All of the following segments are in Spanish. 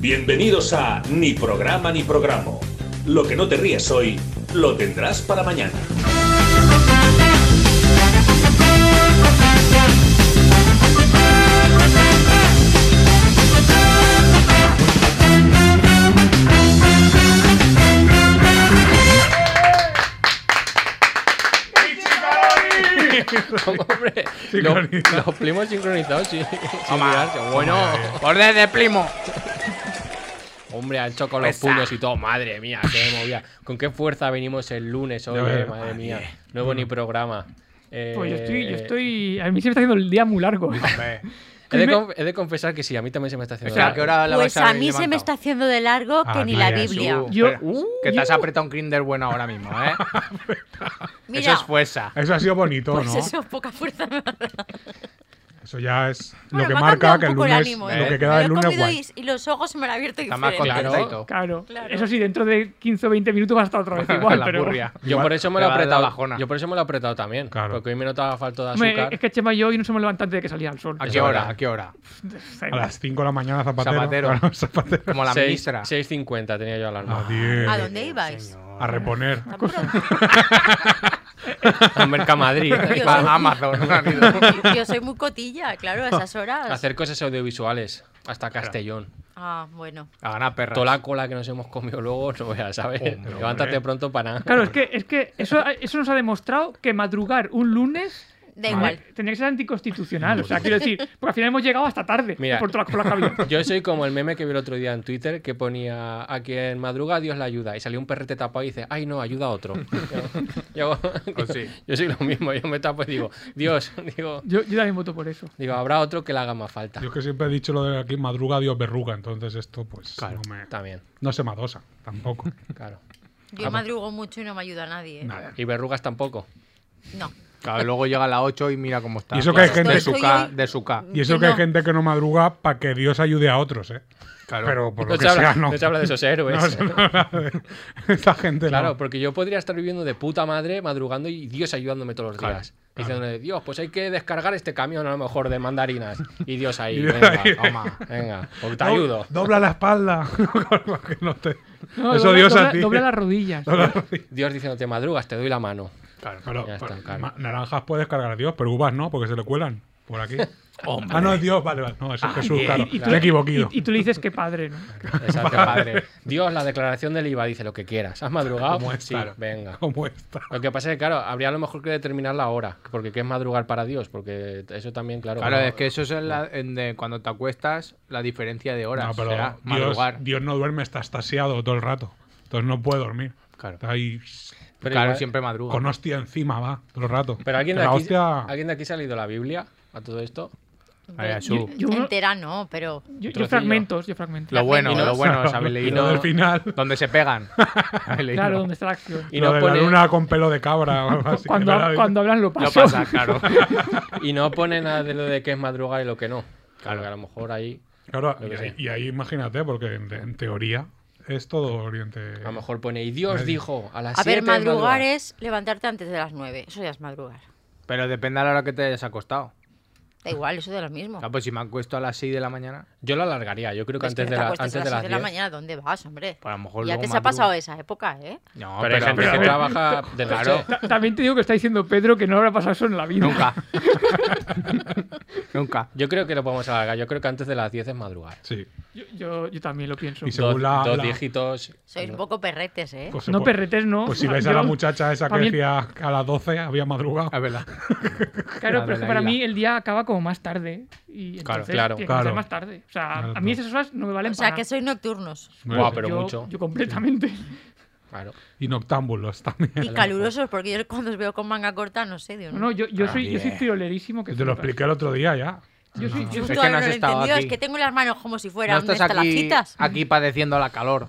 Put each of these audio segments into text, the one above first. Bienvenidos a Ni programa ni programa. Lo que no te ríes hoy, lo tendrás para mañana. Hombre, lo- Sincronizado. los primos sincronizados, sí. sin Toma, mirarse. Bueno, toma, eh. orden de primo. Hombre, han hecho con los Pesa. puños y todo. Madre mía, qué movida. ¿Con qué fuerza venimos el lunes hoy? Ya eh, veo. madre mía. Nuevo ni programa. Eh, Pues yo estoy, yo estoy. A mí se me está haciendo el día muy largo. He de, Dime- conf- he de confesar que sí, a mí también se me está haciendo. O sea, largo. ¿qué hora la Pues vais a a haber mí se me levantado? está haciendo de largo que Ah, ni la mira, Biblia. Jesús, Yo- espera, uh, que te has yo- apretado un Kinder bueno ahora mismo, ¿eh? Eso Mira, es fuerza. Eso ha sido bonito, pues ¿no? Eso. eso, poca fuerza. ya es Bueno, lo que me ha cambiado marca un que el poco lunes, ánimo, ¿eh? lo que Me queda lo he del lunes comido guay. Eh, y, y los ojos me lo han abierto Está más diferente. contenta y todo. Claro. Claro. Eso sí, dentro de 15 o 20 minutos va a estar otra vez igual, la pero. burria. Yo por eso me lo he Te va a dar la apretado. bajona. Yo por eso me lo he apretado también. Claro. Porque hoy me notaba falta de Hombre, azúcar. es que Chema y yo hoy no somos levantantes de que salía el sol. ¿A Eso qué es hora? verdad. ¿A qué hora? A las 5 de la mañana, Zapatero. Zapatero. Claro, zapatero. Como la Seis- ministra. 6.50 tenía yo alarma. Ah, A 10. ¿A dónde ibais? A reponer. A Mercamadrid. Dios. a- A Amazon. han ido. Yo soy muy cotilla, Ah. claro, a esas horas. hacer cosas audiovisuales. Hasta Castellón. Ah, bueno. A ganar perras. Toda la cola que nos hemos comido luego, no veas, ¿sabes? Levántate pronto para nada. Claro, es que, es que eso, eso nos ha demostrado que madrugar un lunes eh, Da igual. tendría que ser anticonstitucional. O sea, quiero decir, porque al final hemos llegado hasta tarde Mira. por todas las colas que ha habido. Yo soy como el meme que vi el otro día en Twitter que ponía a quien madruga, Dios la ayuda. Y salió un perrete tapado y dice, ay no, ayuda a otro. Yo, yo, Pues sí. yo soy lo mismo, yo me tapo y digo, Dios, digo, Yo, yo también voto por eso. digo, habrá otro que le haga más falta. Yo es que siempre he dicho lo de aquí, madruga Dios verruga. Entonces esto, pues, Claro, no, me, también, no se me adosa tampoco. claro. Yo madrugo mucho y no me ayuda a nadie. ¿eh? Nada. Y verrugas tampoco. No. Claro, luego llega a las 8 y mira cómo está. Y eso que hay Estoy- gente- De su estoy ca, hoy- de su ca. Y eso Yo que hay no. gente que no madruga para que Dios ayude a otros, ¿eh? Claro. Pero por lo No que se, habla, sea, no. no se habla de esos héroes. No se habla de- Esta gente Claro, no. porque yo podría estar viviendo de puta madre, madrugando y Dios ayudándome todos los días. Diciéndole, Dios, pues hay que descargar este camión a lo mejor de mandarinas. Y Dios ahí, Y Dios venga, ahí. toma, venga, porque te Do- ayudo. Dobla la espalda. Para que no te- No, Eso dobla, Dios dobla- a ti. dobla las rodillas. Dobla la rodilla. Dios diciéndote madrugas, te doy la mano. Claro, pero, Ya está, pero claro. ma- naranjas puedes cargar a Dios, pero uvas no, porque se le cuelan por aquí. Ah, no, es Dios, vale, vale. No, Ah, eso es Jesús, claro. y tú- Me he equivocado. Y, y tú le dices que padre, ¿no? Exacto, padre. Dios, la declaración del IVA dice lo que quieras. ¿Has madrugado? Como es, sí, claro. venga. Como esta. Lo que pasa es que, claro, habría a lo mejor que determinar la hora. Porque ¿qué es madrugar para Dios? Porque eso también, claro. Claro, no- es que eso es en la- en de cuando te acuestas, la diferencia de horas. No, pero será Dios, madrugar. Dios no duerme, está estasiado todo el rato. Entonces no puede dormir. Claro. Está ahí Pero claro, igual- siempre madruga. con hostia encima, va, todo el rato. Pero alguien de, la aquí, hostia. ¿alguien de aquí se ha leído la Biblia a todo esto. Ay, Yo- Jesús. Yo- Entera no, pero. Yo, yo Trocillo. fragmentos, yo fragmentos. Lo bueno, no- lo bueno, ¿sabéis Lo leído? del final. Donde se pegan. ¿Habéis leído? Claro, donde está la acción. Y lo no de pone- la luna con pelo de cabra o algo así. cuando, Era de- cuando hablan lo Lo paso. pasa, claro. Y no pone nada de lo de qué es madrugar y lo que no. Claro, que a lo mejor ahí. Claro, Yo y, qué ahí- sé. y ahí imagínate, porque en, en teoría es todo Oriente. A lo mejor pone, y Dios dijo a las A ver, siete de madrugar es levantarte antes de las 9. Eso ya es madrugar. Pero depende a la hora que te hayas acostado. Da igual, eso de lo mismo. Claro, pues si me acuesto a las 6 de la mañana, Yo la alargaría, yo creo que Pues antes, que de, te la, acuestas antes a de las las 6 de la 10. mañana, ¿dónde vas, hombre? pues a lo mejor ya luego te se ha madrugo. pasado esa época, ¿eh? No, Pero, pero, hay gente que trabaja de noche. Ta- También te digo que está diciendo Pedro que no habrá pasado eso en la vida. nunca. nunca. Yo creo que lo podemos alargar, yo creo que antes de las 10 es madrugar. Sí. Yo, yo, yo también lo pienso. Y se- Dos, Según la- dos la- dígitos. Sois un poco perretes, ¿eh? Pues No supo- perretes, no. Pues si ves a Yo- la muchacha esa que pa' mí- decía que a las 12 había madrugado. Es verdad. Claro, pero es que para Adelaida. mí el día acaba como más tarde. Y Claro, entonces claro. tiene que ser Claro. más tarde. O sea, Claro, a mí claro. esas horas no me valen O sea, para que nada. sois nocturnos. Guau, pero Yo- mucho. Yo completamente. Claro. pues, Y noctámbulos también. Y calurosos, porque yo cuando os veo con manga corta, no sé, Dios No, no, yo, yo soy, yo soy También. triolerísimo. Que Te lo flipas. expliqué el otro día ya. Yo soy, yo Es que Justo soy- no ahora has lo he estado entendido, aquí. es que tengo las manos como si No fueran estás aquí, estalactitas. aquí padeciendo la calor.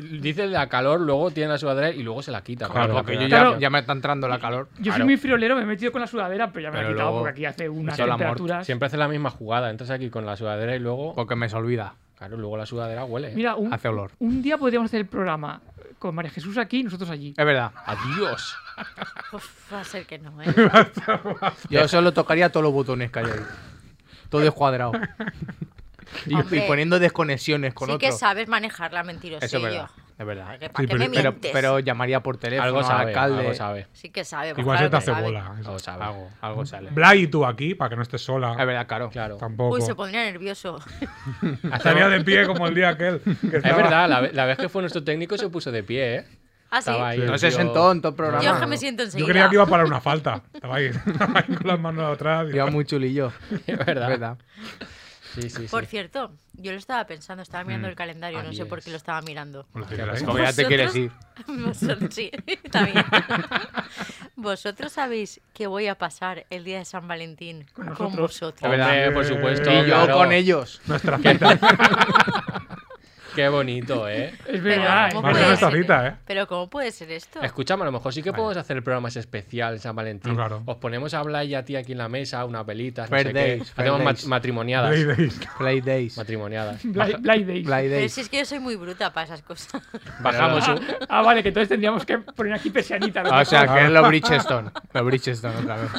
Dice la calor, luego tiene la sudadera y luego se la quita. Claro, Porque yo Claro. ya, ya me está entrando la calor. yo soy muy friolero, me he metido con la sudadera, pero ya me la he Pero quitado luego- porque aquí hace unas Eso la mort- temperaturas. Siempre hace la misma jugada, entras aquí con la sudadera y luego. Porque me se olvida. Claro, luego la sudadera huele. ¿eh? Mira, un, Hace olor. un día podríamos hacer el programa con María Jesús aquí y nosotros allí. Es verdad. Adiós. Uf, va a ser que no, ¿eh? Yo solo tocaría todos los botones que hay ahí. Todo descuadrado. Y, Hombre. y poniendo desconexiones con sí otro. que sabes manejarla, mentirosillo. Eso es verdad. Es verdad. ¿Para qué, para Sí, qué me Pero, mientes? pero llamaría por teléfono Algo al sabe, alcalde. algo sabe. sí que sabe. pues Igual claro se te que hace sabe. bola. Algo sabe. Algo, algo sale. Blay y tú aquí, para que no estés sola. Es verdad, claro. Claro. Tampoco. Uy, se pondría nervioso. Estaría de pie como el día aquel. que Es estaba- verdad, la, ve- la vez que fue nuestro técnico se puso de pie, ¿eh? Ah, sí. Sí. No el se tío- sentó en todo el Yo programa. es que me siento enseguida. Yo creía que iba para una falta. Estaba ahí, estaba ahí con las manos atrás. Iba muy chulillo. Es Es verdad. verdad. Sí, sí, sí. Por cierto, yo lo estaba pensando, estaba mirando el calendario, no sé Adiós. por qué lo estaba mirando. Lo tendrás. Como ya te ¿Vosotros? quieres ir. Vosotros, sí, también. ¿Vosotros sabéis que voy a pasar el día de San Valentín con, nosotros. vosotros? Hombre, Hombre. por supuesto. Y yo claro. con ellos. Nuestra cita. Qué bonito, ¿eh? Es Pero, verdad. ¿cómo es puede Más de verdad. nuestra ser? cita, ¿eh? Pero ¿cómo puede ser esto? Escuchamos, a lo mejor sí que podemos hacer el programa ese especial San Valentín. No, claro. Os ponemos a hablar y a ti aquí en la mesa, unas velitas, no Ah, Fair sé days, qué. fair Hacemos mat- days. matrimoniadas. Blay Days. Play Days. Matrimoniadas. Blind- blind days. Play Pero Days. si es que yo soy muy bruta para esas cosas. Bajamos Ah, un, ah, vale, que entonces tendríamos que poner aquí persianita. ¿no? Ah, O sea, que es lo Bridgestone. Lo Bridgestone otra vez.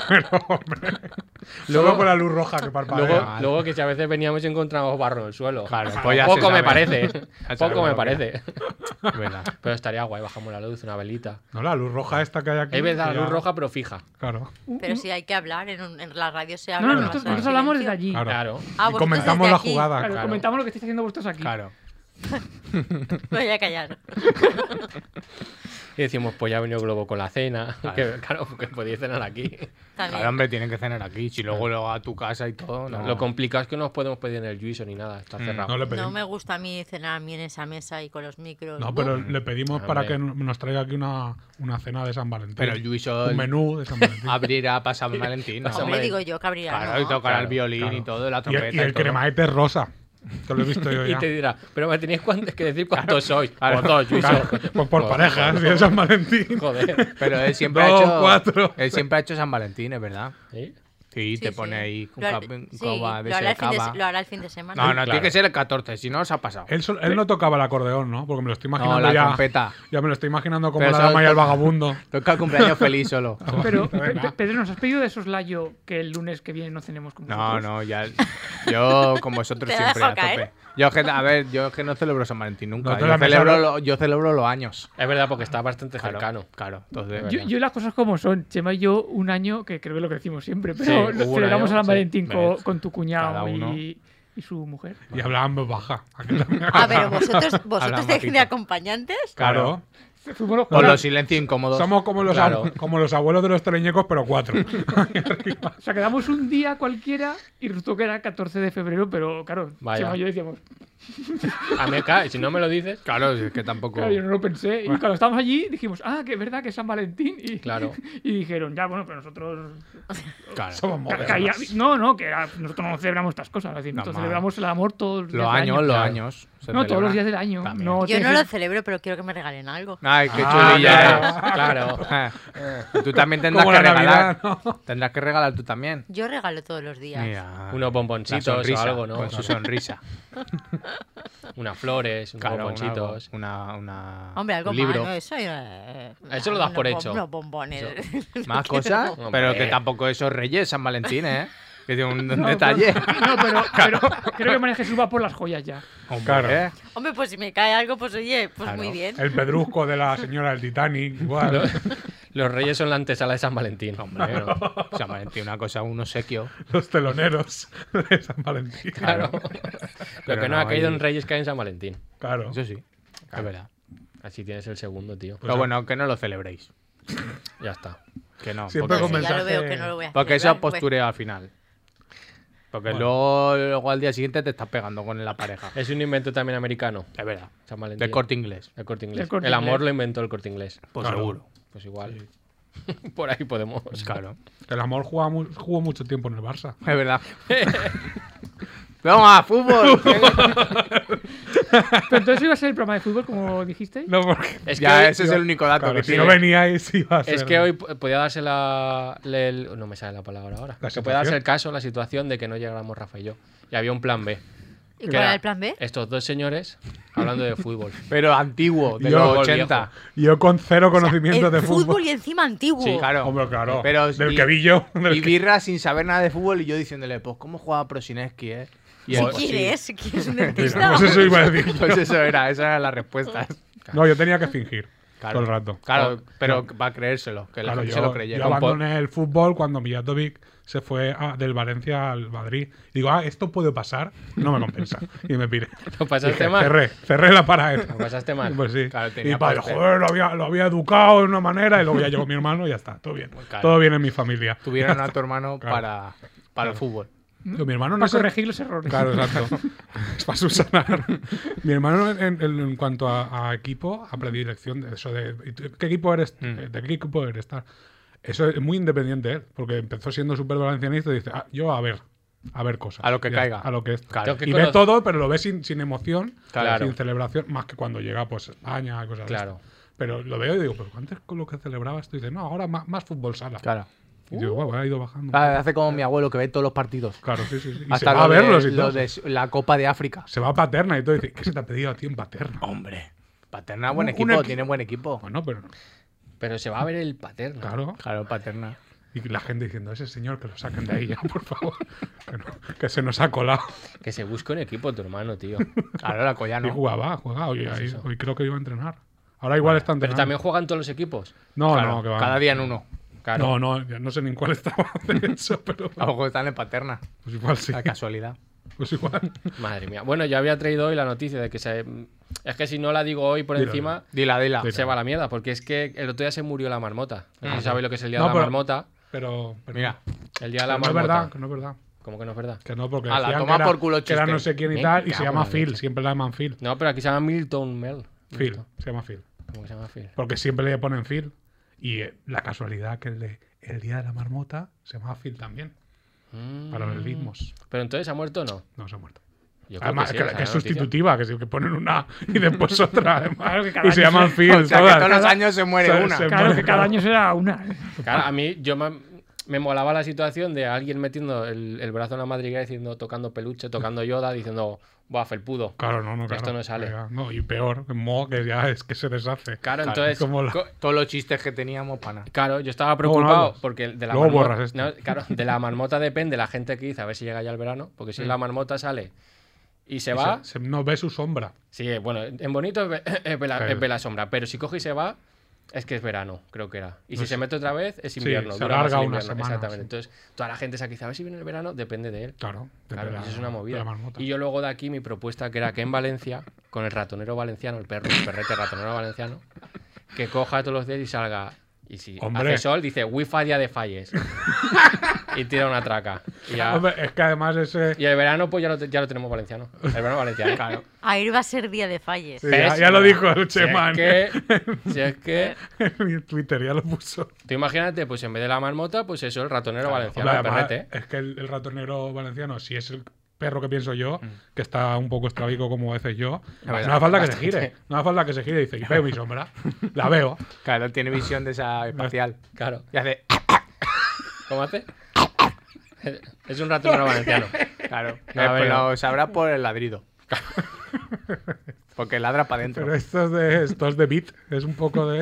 Luego por la luz roja que parpadea. Luego, luego que si a veces veníamos y encontrábamos barro en el suelo. Claro, pues ya se Poco me sabe. parece. ¿eh? Ya sabe Poco me lo que es. parece. Es verdad. Pero estaría guay, bajamos la luz, una velita. No, la luz roja esta que hay aquí. Es verdad, que la luz ya- roja, pero fija. Claro. Pero si hay que hablar, en, un- en la radio se No, habla. no, no va a nosotros, ser nosotros hablamos desde silencio. allí. Claro. Claro. Ah, y vosotros comentamos desde la aquí. jugada. Claro, claro. comentamos lo que estáis haciendo vosotros aquí. Claro. Me Voy a callar. Y decimos, pues ya ha venido Globo con la cena. Que, claro, que podéis cenar aquí. También. Claro, hombre, tienen que cenar aquí. Si luego luego a tu casa y todo. Oh, No. Lo complicado es que no os podemos pedir en el juicio ni nada. Está cerrado. Mm, No le no pedimos. me gusta a mí cenar a mí en esa mesa y con los micros. No, Uf, pero le pedimos para Hombre. que nos traiga aquí una, una cena de San Valentín. Pero el Ah, Lluiso Un menú de San Valentín. abrirá para San Valentín. ¿no? San Hombre, Valentín. digo yo, cabría. Claro, y tocará el Claro, violín y claro. todo, la Y trompeta. el, y el todo. cremaete rosa. Que lo he visto yo Y ya. te dirá, pero me tenéis cuan- que decir cuántos sois. Claro. Por dos, Juicio. Claro, pues por parejas, si es San Valentín. Joder. Pero él siempre Dos, ha hecho. cuatro. Él siempre ha hecho San Valentín, es verdad. ¿Sí? Sí, Sí, te sí. pone ahí un Lo har- cap- un sí, coba de lo ese hará el fin de cava. se- lo hará el fin de semana. No, no, Claro. tiene que ser el 14, si no, se ha pasado. Él, sol- él no tocaba el acordeón, ¿no? Porque me lo estoy imaginando No, la ya. trompeta. Ya me lo estoy imaginando como Pero la eso- dama y el vagabundo. Toca cumpleaños feliz solo. Pero, Pe- Pe- Pedro, ¿nos has pedido de soslayo que el lunes que viene no cenemos con No, vosotros? no, ya. Yo con vosotros Te ¿eh? siempre dejo a tope. caer. Yo es que, a ver, yo es que no celebro San Valentín No, nunca. tú yo, la mesa celebro no- lo- yo celebro los años. Es verdad, porque está bastante Claro, cercano. Claro, entonces. Yo, yo las cosas como son. Chema y yo, un año, que creo que es lo que decimos siempre, Sí, pero hubo lo un celebramos año, a San sí. Valentín co- Merece. con tu Cada cuñado uno. y, y su mujer. Y hablaban voz baja. Aquí también. A ver, vosotros, Hablamos vosotros de, poquito. de acompañantes. Claro. Fuimos los Con cuatro. los silencios incómodos. Somos como los, ab- Claro. como los abuelos de los teleñecos, pero cuatro. O sea, quedamos un día cualquiera y resultó que era 14 de febrero, pero claro, Vaya. Chema y yo decíamos, A mí, claro, si no me lo dices. Claro, si es que tampoco. claro, yo no lo pensé. Y cuando estábamos allí dijimos, ah, que es verdad que es San Valentín. Y, Claro. y dijeron, ya, bueno, pero nosotros Claro. Somos modernos. Ca- caía- No, no, que era- nosotros no celebramos estas cosas. es decir, nosotros Normal. celebramos el amor todos los días. Los del años, año. los Claro. años. se No, todos los celebran. días del año. También. No, Yo tiene no que lo ser- celebro, pero quiero que me regalen algo. Ay, qué Ah, chulilla eres. Claro. Ah, Tú también tendrás Como que la regalar. Navidad, ¿no? Tendrás que regalar tú también. Yo regalo todos los días. Mira, Unos bomboncitos Ah, la sonrisa, pues, o algo, ¿no? Con su sonrisa. Unas flores, unos Claro, bomboncitos. Una, una, Hombre, algo un más, libro. ¿no? Eso, eh, Eso lo das unos por bom- hecho. unos bombones. Más cosas, Hombre. pero que tampoco esos reyes San Valentín, ¿eh? Que tiene un detalle. No, pero, pero creo que María Jesús va por las joyas ya. Hombre, Claro. ¿eh? Hombre, pues si me cae algo, pues oye, pues Claro. muy bien. El pedrusco de la señora del Titanic, igual. Los reyes son la antesala de San Valentín. Hombre, San Valentín, una cosa, un obsequio. Los teloneros de San Valentín. Claro. Lo Pero que no, no ha caído hay- en Reyes cae en San Valentín. Claro. Pues Eso sí, es verdad. Así tienes el segundo, tío. Pero bueno, que no lo celebréis. Ya está. Que no. Siempre porque, Pues con si ya mensaje- lo veo que no lo voy a porque eso es celebrar, pues, postureo al final. Porque luego, luego al día siguiente te estás pegando con la pareja. Es un invento también americano. Es verdad. San Valentín. De corte inglés. El corte inglés. El Corte El amor Inglés. lo inventó el corte inglés. Pues Claro. seguro. Pues igual. Por ahí podemos. Pues Claro. El amor jugaba mu- jugó mucho tiempo en el Barça. Es verdad. Vamos a fútbol. Pero entonces iba a ser el programa de fútbol, como dijiste. No, porque Es que ya, hoy- ese es el único dato claro, que si tiene. no veníais iba a ser... Es que hoy po- podía darse la. le- el- no me sale la palabra ahora. ¿La que podía darse situación? el caso, la situación de que no llegáramos Rafa y yo. Y había un plan B. ¿Y cuál era era el plan B? Estos dos señores hablando de fútbol. Pero antiguo, de Yo- los 80. Yo con cero conocimiento El de fútbol. fútbol. y encima antiguo. Sí, claro. Hombre, claro. Pero del y- que vi yo. del Y que- Birra sin saber nada de fútbol y yo diciéndole, pues, ¿cómo jugaba Prosineski, eh? Y él, Si pues, sí. quieres, si quieres un Mira, dentista. pues eso iba a decir. Pues eso era, esas eran las respuestas. No, yo tenía que fingir. Claro. Todo el rato. Claro, pero va a creérselo, que la Claro, gente yo, se lo yo creyera. abandoné el fútbol cuando Mijatovic se fue a- del Valencia al Madrid. Digo, ah, esto puede pasar, no me compensa. Y me piré. Lo pasaste Dije, mal. Cerré, cerré la paraeta. Lo pasaste mal. Pues sí. Claro, tenía y para parte. joder, lo había, lo había educado de una manera y luego ya llegó mi hermano y ya está, todo bien. claro. Todo bien en mi familia. Tuvieron a tu hermano Claro. para, para el fútbol. Digo, mi hermano no Para se- corregir los errores. Claro, exacto. es para subsanar. Mi hermano, en, en- en cuanto a, a equipo, a predilección, de eso de ¿y tú ¿qué equipo eres? Mm. Eh, ¿De qué equipo eres? Tal. Eso es muy independiente él, porque empezó siendo súper valencianista y dice, "Ah, yo a ver, a ver cosas. A lo que Ya, caiga. A lo que es. Claro. Tengo que Y ve conocer- todo, pero lo ve sin, sin emoción, Claro. sin celebración, más que cuando llega pues España, cosas de Claro. estas. Pero lo veo y digo, pero antes con lo que celebraba esto, y dice, no, ahora más, más fútbol sala. Claro. Y digo, guau, ha ido bajando. Ah, Hace como mi abuelo que ve todos los partidos. Claro, sí, sí. sí. Y se Hasta va a lo de- verlos y lo todo. de s- la Copa de África. Se va a Paterna y todo. Y dice, ¿qué se te ha pedido a ti en Paterna? Hombre. Paterna, buen Un- un equipo, equi- tiene buen equipo. Bueno, pero Pero se va a ver el paterno. claro. Claro, Paterna. Y la gente diciendo, ese señor que lo saquen de ahí ya, por favor. que, no- que se nos ha colado. Que se busque un equipo tu hermano, tío. Claro, la Y Collano. jugaba, jugaba. Hoy, ahí- hoy creo que iba a entrenar. Ahora igual está Pero entrenando. también juegan todos los equipos. No, Claro, no, que va. cada día en uno. Claro. Ah, No, no, ya no sé ni en cuál estaba de eso, pero A lo mejor están en Paterna. pues igual sí. La casualidad. Pues igual. Madre mía. Bueno, yo había traído hoy la noticia de que se. Es que si no la digo hoy por Dilo, encima, Dila, dila. Sí. Pues se va a la mierda. Porque es que el otro día se murió la marmota. No sabéis lo que es el día No, de la pero- marmota. Pero, pero- Mira. El día de la pero no marmota. es verdad, que no es verdad. ¿Cómo que no es verdad? Que no, porque A la decían toma que era, por culo que era chiste. no sé quién y Me tal, y se cago en llama la Phil, leche. siempre la llaman Phil. No, pero aquí se llama Milton Mel. Phil, se llama Phil. ¿Cómo que se llama Phil? Porque siempre le ponen Phil. Y eh, la casualidad que el, de- el día de la marmota se llama Phil también. Mm. Paralelismos. Pero entonces ha muerto o no. No, se ha muerto. Yo creo Además, sí, que, o sea, que es la noticia. sustitutiva, que, sí, que ponen una y después otra, además. que cada y se año llaman se- Phil. O sea, que todas. todos los años se muere Se- una. se- Claro que cada año será una. Claro, a mí yo me, me molaba la situación de alguien metiendo el, el brazo en la madriguera diciendo, tocando peluche, tocando Yoda, diciendo, buah, felpudo. Claro, no, no, claro. Esto no sale. Oiga, No, y peor, Mo, que ya es que se deshace. Claro, entonces. como la- co- Todos los chistes que teníamos, pana. Claro, yo estaba Luego no preocupado hablas. porque de la, Luego marmota, borras esto. no, claro, de la marmota depende la gente que dice a ver si llega ya el verano, porque si la marmota sale y se va, Se- se- no ve su sombra. sí, eh, bueno, en bonito es, ve- es ve la, Claro. es ve la sombra, pero si coge y se va, es que es verano, creo que era. Y si se mete otra vez, es invierno. se dura más alarga el una invierno, semana, Exactamente. sí. Entonces, toda la gente se aquí dice a ver si viene el verano, depende de él. Claro. de Claro, la- eso es una de la movida. marmota. Y yo luego de aquí mi propuesta que era que en Valencia, con el ratonero valenciano, el perro, el perrete ratonero valenciano, que coja todos los días y salga. Y si Hombre. hace sol, dice Wi-Fi día de falles. y tira una traca. Y, ya- Hombre, es que además ese. y el verano, pues ya lo, te- ya lo tenemos valenciano. El verano valenciano. Claro. Ahí va a ser día de falles. Sí, ya, ya lo dijo el Si es, Cheman. que, si es que. en Twitter ya lo puso. Tú imagínate, pues en vez de la marmota, pues eso, el ratonero valenciano, Hombre, el además, perrete. ¿eh? es que el, el ratonero valenciano, si es el perro que pienso yo, Mm. que está un poco estrábico como a veces yo, Ah, no hace falta que se gire. No hace falta que se gire y dice, "Y veo mi sombra, la veo. Claro, tiene visión de esa espacial. Claro. Y hace. ¿Cómo hace? Es un ratonero valenciano. Claro. No, Eh, a ver, pues no. lo sabrá por el ladrido. Porque ladra para adentro. Pero esto es de, esto es de beat, es un poco de...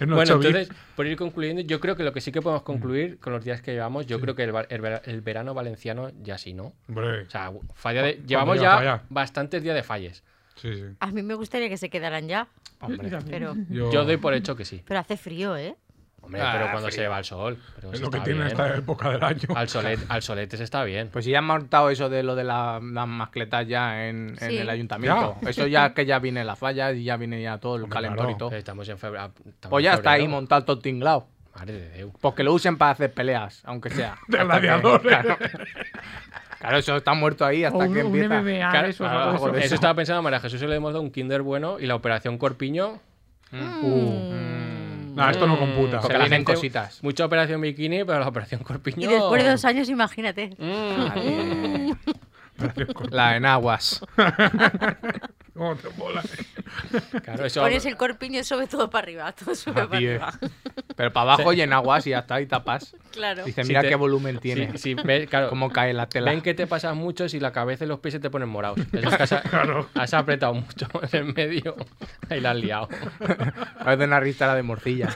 en Bueno, 8 bit. entonces, por ir concluyendo, yo creo que lo que sí que podemos Mm. concluir con los días que llevamos, yo creo que el, va- el vera- el verano valenciano ya sí, ¿no? Hombre, O sea, falla de- Cuando llevamos llega ya falla. bastantes días de falles. sí, sí. A mí me gustaría que se quedaran ya, Yo también. pero, Yo, Yo doy por hecho que sí. pero hace frío, ¿eh? Hombre, Ah, pero cuando frío. se va al sol. Pero es se lo que está tiene bien. esta época del año. Al, solet, al solete se está bien. Pues si ya han montado eso de lo de la- las mascletas ya en, en Sí. el ayuntamiento. Eso ya que ya viene la falla y ya viene ya todo el Hombre, calentón y claro. todo. Pero estamos en febrero. estamos Pues ya en está ahí febrero. montado todo el tinglao. Madre de Dios. Pues que lo usen para hacer peleas, aunque sea. Hasta De que- gladiadores. Claro. Claro, eso está muerto ahí O hasta un, que un empieza. MMA, Claro, Ah, ah, eso, claro, ah, algo algo de de eso. Eso estaba pensando a María Jesús, le hemos dado un Kinder bueno y la operación Corpiño. Mm. uh, Nah, esto no computa. Porque la vienen gente- cositas. Mucha operación bikini, pero la operación Corpiño. Y después de dos años, imagínate. Madre. Gracias, co- La enaguas. ¿Cómo te mola? Claro, eso- Pones Ah, el corpiño y sube todo para arriba. Todo sube para Así es. arriba. Pero para abajo y enaguas y hasta ahí tapas. Claro. Dice, Si mira te- qué volumen Sí, tiene. sí, ve- claro, Cómo cae la tela. Ven que te pasas mucho si la cabeza y los pies se te ponen morados. Eso es que has, has apretado mucho en el medio. Ahí la has liado. Parece una ristra de morcilla.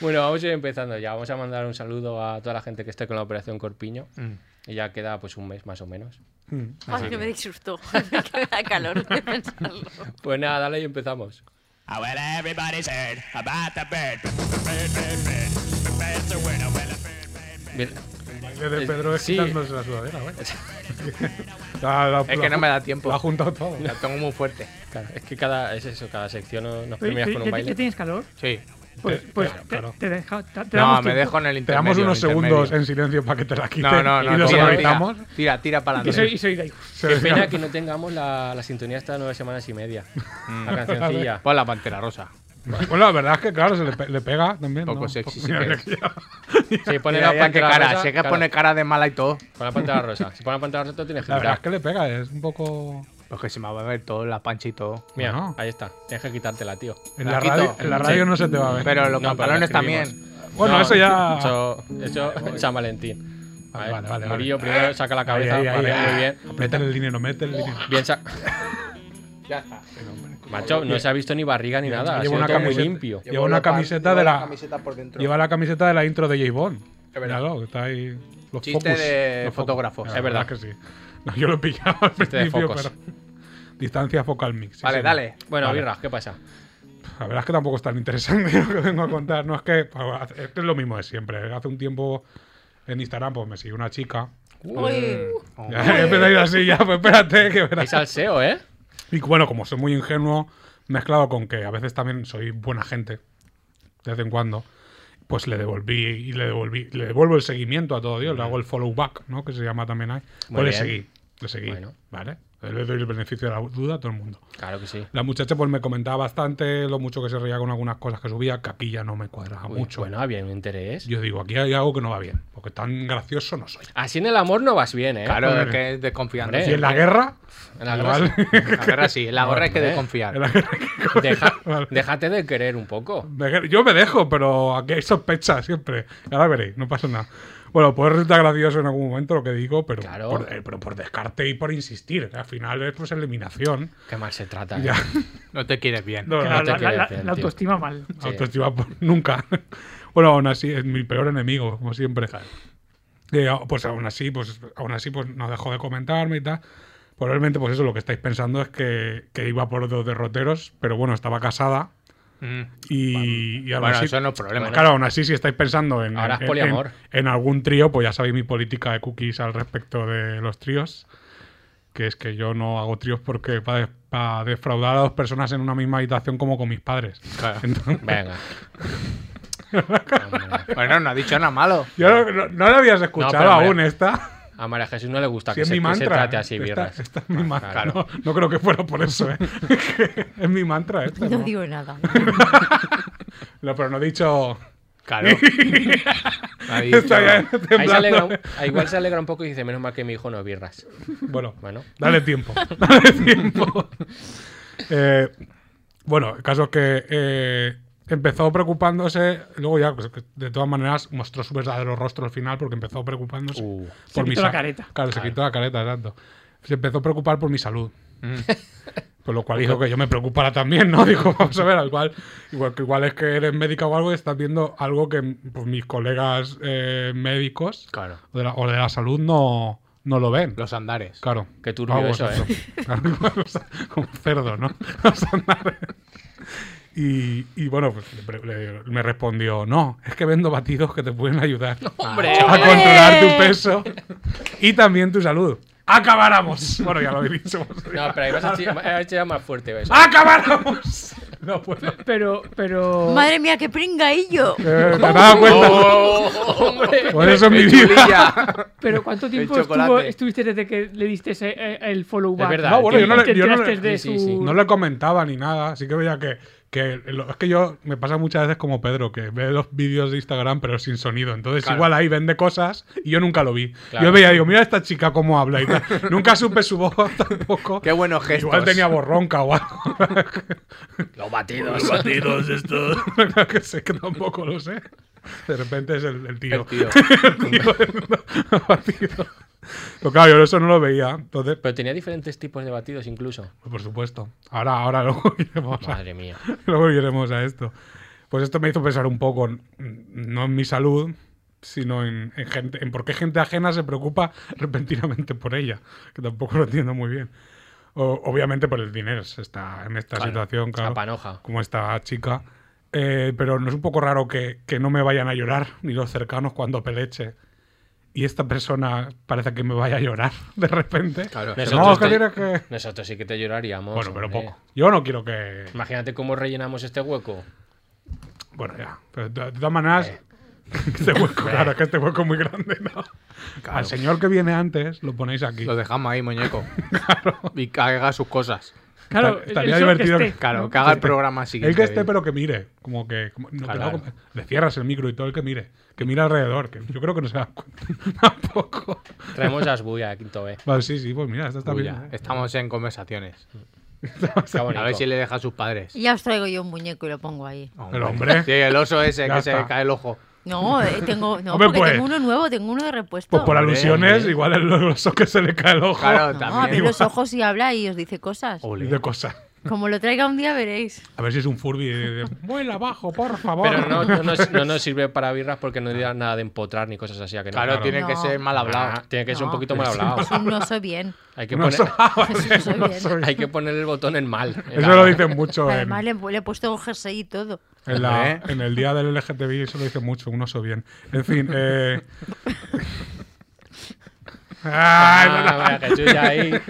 Bueno, vamos a ir empezando ya. Vamos a mandar un saludo a toda la gente que esté con la operación Corpiño. Mm. Y ya queda pues un mes más o menos. Ay, que me disgustó. que me da calor de pensarlo. Pues nada, dale y empezamos. Well, everybody's heard about the bird. Bird, bird, bird. The bird's a winner. Well, the bird, bird, bird. Bien. El baile de Pedro es Eh, sí. quitándose la sudadera, güey. La- la- Es la- que no me da tiempo. Lo ha juntado todo. La tengo muy fuerte. Claro, es que cada, es eso, cada sección nos nos Oye, premias ¿ya- con un ya- ¿Ya baile. tienes calor? Sí. Pues, pues te, claro. te deja- te- te No, damos me tiempo. dejo en el Te damos intermedio. unos el intermedio. segundos en silencio para que te la quiten No, no, no. y nos tira, analizamos. Tira, tira, tira para Y soy, adelante. y soy gay. Qué pena que no tengamos la, la sintonía hasta nueve semanas y media. Mm. La cancioncilla. Pon la pantera rosa. Bueno, la verdad es que, claro, se le, pe- le pega también. Poco ¿no? sexy, Mira, sí que mira es. que ya- Si pone Mira, la mira qué pantalla cara. rosa, Sé que claro, pone cara de mala y todo. Pon la pantalla rosa. Si pone la pantalla rosa, tú tienes que La verdad es quitar. que le pega, es un poco. Pues que se me va a ver todo, la pancha y todo. Mira, Bueno. ahí está. Tienes que quitártela, tío. En la, La quito. radio, en la radio no se te va a ver. Pero los No, pero la pantalones escribimos. también. bueno, No, eso ya. Eso, eso en San Valentín. A Vale, ver, vale, vale, Murillo primero saca la cabeza. Ahí, ahí, ahí, vale, ahí. muy bien. Aprieta el dinero, mete el dinero. Bien sa- Ya está. Macho, no se ha visto ni barriga ni nada. Ha Lleva sido una todo muy camiseta- limpio. Lleva una camiseta de la. por dentro. Lleva la camiseta de la intro de J. Bond. Es verdad. Míralo, está ahí. Los Chiste focus, de los focus. fotógrafos. La Es verdad. que sí. No, yo lo he pillado al Chiste de principio, focos. pero. Distancia focal mix. sí, Vale, sí. dale. Bueno, Vale. Birras, ¿qué pasa? La verdad es que tampoco es tan interesante lo que vengo a contar. No es que. Es que es lo mismo de siempre. Hace un tiempo en Instagram, pues me siguió una chica. Uy, Ya, He pedido así ya, pues espérate, Mm. que Hay verás. salseo, ¿eh? Y bueno, como soy muy ingenuo, mezclado con que a veces también soy buena gente, de vez en cuando, pues le devolví y le devolví, le devuelvo el seguimiento a todo Dios, le hago el follow back, ¿no? Que se llama también ahí. Muy Pues le bien. seguí, le seguí, Bueno. ¿vale? Le doy el beneficio de la duda a todo el mundo. Claro que sí. La muchacha pues me comentaba bastante lo mucho que se reía con algunas cosas que subía, que aquí ya no me cuadraba Uy, mucho. Bueno, había un interés. Yo digo, aquí hay algo que no va bien, porque tan gracioso no soy. Así en el amor no vas bien, ¿eh? Claro, es que es desconfiando. Hombre. Y en la guerra, En la igual, La guerra sí, en la gorra hay que Hombre. en desconfiar. la guerra- clase, deja- Vale. déjate de querer un poco. Me- Yo me dejo, pero aquí hay sospecha siempre. Ahora veréis, no pasa nada. Bueno, puede resultar gracioso en algún momento lo que digo, pero, Claro. por, eh, pero por descarte y por insistir. que Al final es pues eliminación. Qué mal se trata. ¿eh? Ya, No te quieres bien. no, Claro, la te la, la- quiero la- decir, la tío. autoestima mal. autoestima por- nunca. Bueno, aún así, es mi peor enemigo, como siempre. Eh, pues aún así, pues aún así, pues no dejó de comentarme y tal. Probablemente, pues eso, lo que estáis pensando es que, que iba por dos derroteros, pero bueno, estaba casada Mm. y, y aún Bueno, así- eso no es problema. Claro, aún así, si estáis pensando en, Ahora es en- poliamor. en- en algún trío, pues ya sabéis mi política de cookies al respecto de los tríos. Que es que yo no hago tríos porque para defraudar a dos personas en una misma habitación como con mis padres. Claro. Entonces, Venga. Hombre, Bueno, no ha dicho nada malo. yo no, no- no la habías escuchado pero, aún hombre, esta. A María Jesús no le gusta Sí, que, es se, mi que se mantra. trate ¿eh? así, Esta- Birras. esta es mi mantra. claro. No, no creo que fuera por eso. ¿eh? es mi mantra esta. no ¿no? digo nada. No, pero no he dicho. Claro. No ha dicho- Está ya Ahí se temblando. alegra un- ah, igual se alegra un poco y dice, menos mal que mi hijo no birras. Bueno, Bueno. Dale tiempo. Dale tiempo. Eh, bueno, el caso es que eh, empezó preocupándose. Luego ya, pues, que de todas maneras, mostró su verdadero rostro al final porque empezó preocupándose. Uh. Se mi quitó la sa- careta. Claro, se quitó la careta, exacto. Se empezó a preocupar por mi salud. Mm. Por lo cual dijo que yo me preocupara también, ¿no? Dijo, vamos a ver, al cual, igual que igual es que eres médica o algo y estás viendo algo que pues, mis colegas eh, médicos Claro. o de la, o de la salud no, no lo ven. Los andares. Claro. Ah, Qué turbio eso, ¿eh? Claro, como los- como un cerdo, ¿no? Los andares. Y, y bueno, pues le- le- me respondió, no, es que vendo batidos que te pueden ayudar Hombre, a controlar tu peso y también tu salud. ¡Acabáramos! Bueno, ya lo habéis dicho. vosotros. No, pero ahí vas a chi- vas a chillar más fuerte, Ah, ¿ves? ¡Acabáramos! No puedo. Pero, pero. Madre mía, qué pringaillo. Eh, ¿Te has dado cuenta? Oh, ¡Hombre! Por eso es mi vida. Chulilla. Pero ¿cuánto tiempo chocolate. estuvo, estuviste desde que le diste ese, eh, el follow back? verdad, No, bueno, yo no le- Te yo no le- enteraste de sí, sí, su- sí. No le comentaba ni nada, así que veía que, Que lo- es que yo me pasa muchas veces como Pedro, que ve los vídeos de Instagram pero sin sonido. Entonces, Claro. igual ahí vende cosas y yo nunca lo vi. Claro. Yo veía, digo, mira esta chica cómo habla y tal. nunca supe su voz tampoco. Qué buenos gestos. igual tenía borronca o algo. Los batidos. Claro que sé que tampoco lo sé. De repente es el, el tío. El tío. Pero claro, yo eso no lo veía. Entonces, Pero tenía diferentes tipos de batidos incluso. por supuesto. Ahora, ahora luego iremos a, Madre mía. Luego iremos a esto. Pues esto me hizo pensar un poco, n- no en mi salud, sino en, en gente, en por qué gente ajena se preocupa repentinamente por ella, que tampoco lo entiendo muy bien. O- obviamente por el dinero, se está en esta situación, claro, La panoja. como esta chica. Eh, pero no es un poco raro que, que no me vayan a llorar, ni los cercanos cuando peleche. Y esta persona parece que me vaya a llorar de repente. Claro. Pero Nosotros no, que te- tienes que... Nosotros sí que te lloraríamos. Bueno, pero hombre. poco. Yo no quiero que... Imagínate cómo rellenamos este hueco. Bueno, ya. Pero de, de todas maneras, Eh. este hueco, claro, es que este hueco es muy grande, ¿no? Al señor que viene antes lo ponéis aquí. Lo dejamos ahí, muñeco. Y que haga sus cosas. Claro, Estar- estaría eso que este- divertido esté, Claro, ¿no? que haga el programa siguiente. el que esté, pero que mire. Como que. como- no, que Claro. no, le cierras el micro y todo el que mire. Que mire alrededor, que yo creo que no se da cuenta tampoco. Traemos a Asbuya a Quinto B. Vale, sí, sí, pues mira, esto está Uy, bien. ya. Estamos en conversaciones. Está bonito. A ver si le deja a sus padres. Ya os traigo yo un muñeco y lo pongo ahí. Pero, hombre. Sí, el oso ese Ya que se está. cae el ojo. No, eh, tengo, no Hombre, porque pues. tengo uno nuevo, tengo uno de repuesto. Pues por Hombre, alusiones, hombre. igual el oso que se le cae el ojo. ¿eh? Claro, no, también. abre Ah, los ojos y habla y os dice cosas. y de cosas. Como lo traiga un día veréis. A ver si es un Furby. de- de- Vuela abajo, por favor. Pero no, no nos, no nos sirve para birras porque no dirá nada de empotrar ni cosas así. ¿a que no? Claro, tiene que No. ser mal hablado. Ah, tiene que ser un No. poquito mal Ah, hablado. Es un oso bien. Hay que, Un poner, oso- Ah, vale, Es un un oso oso. bien. hay que poner el botón en mal. Eso lo dicen mucho en, Además le, le he puesto un jersey y todo. En, la- Hombre. en el día del LGTBI eso lo dice mucho, un oso bien. En fin, eh... Ay, Ah, no, no. vaya, que chulla ahí.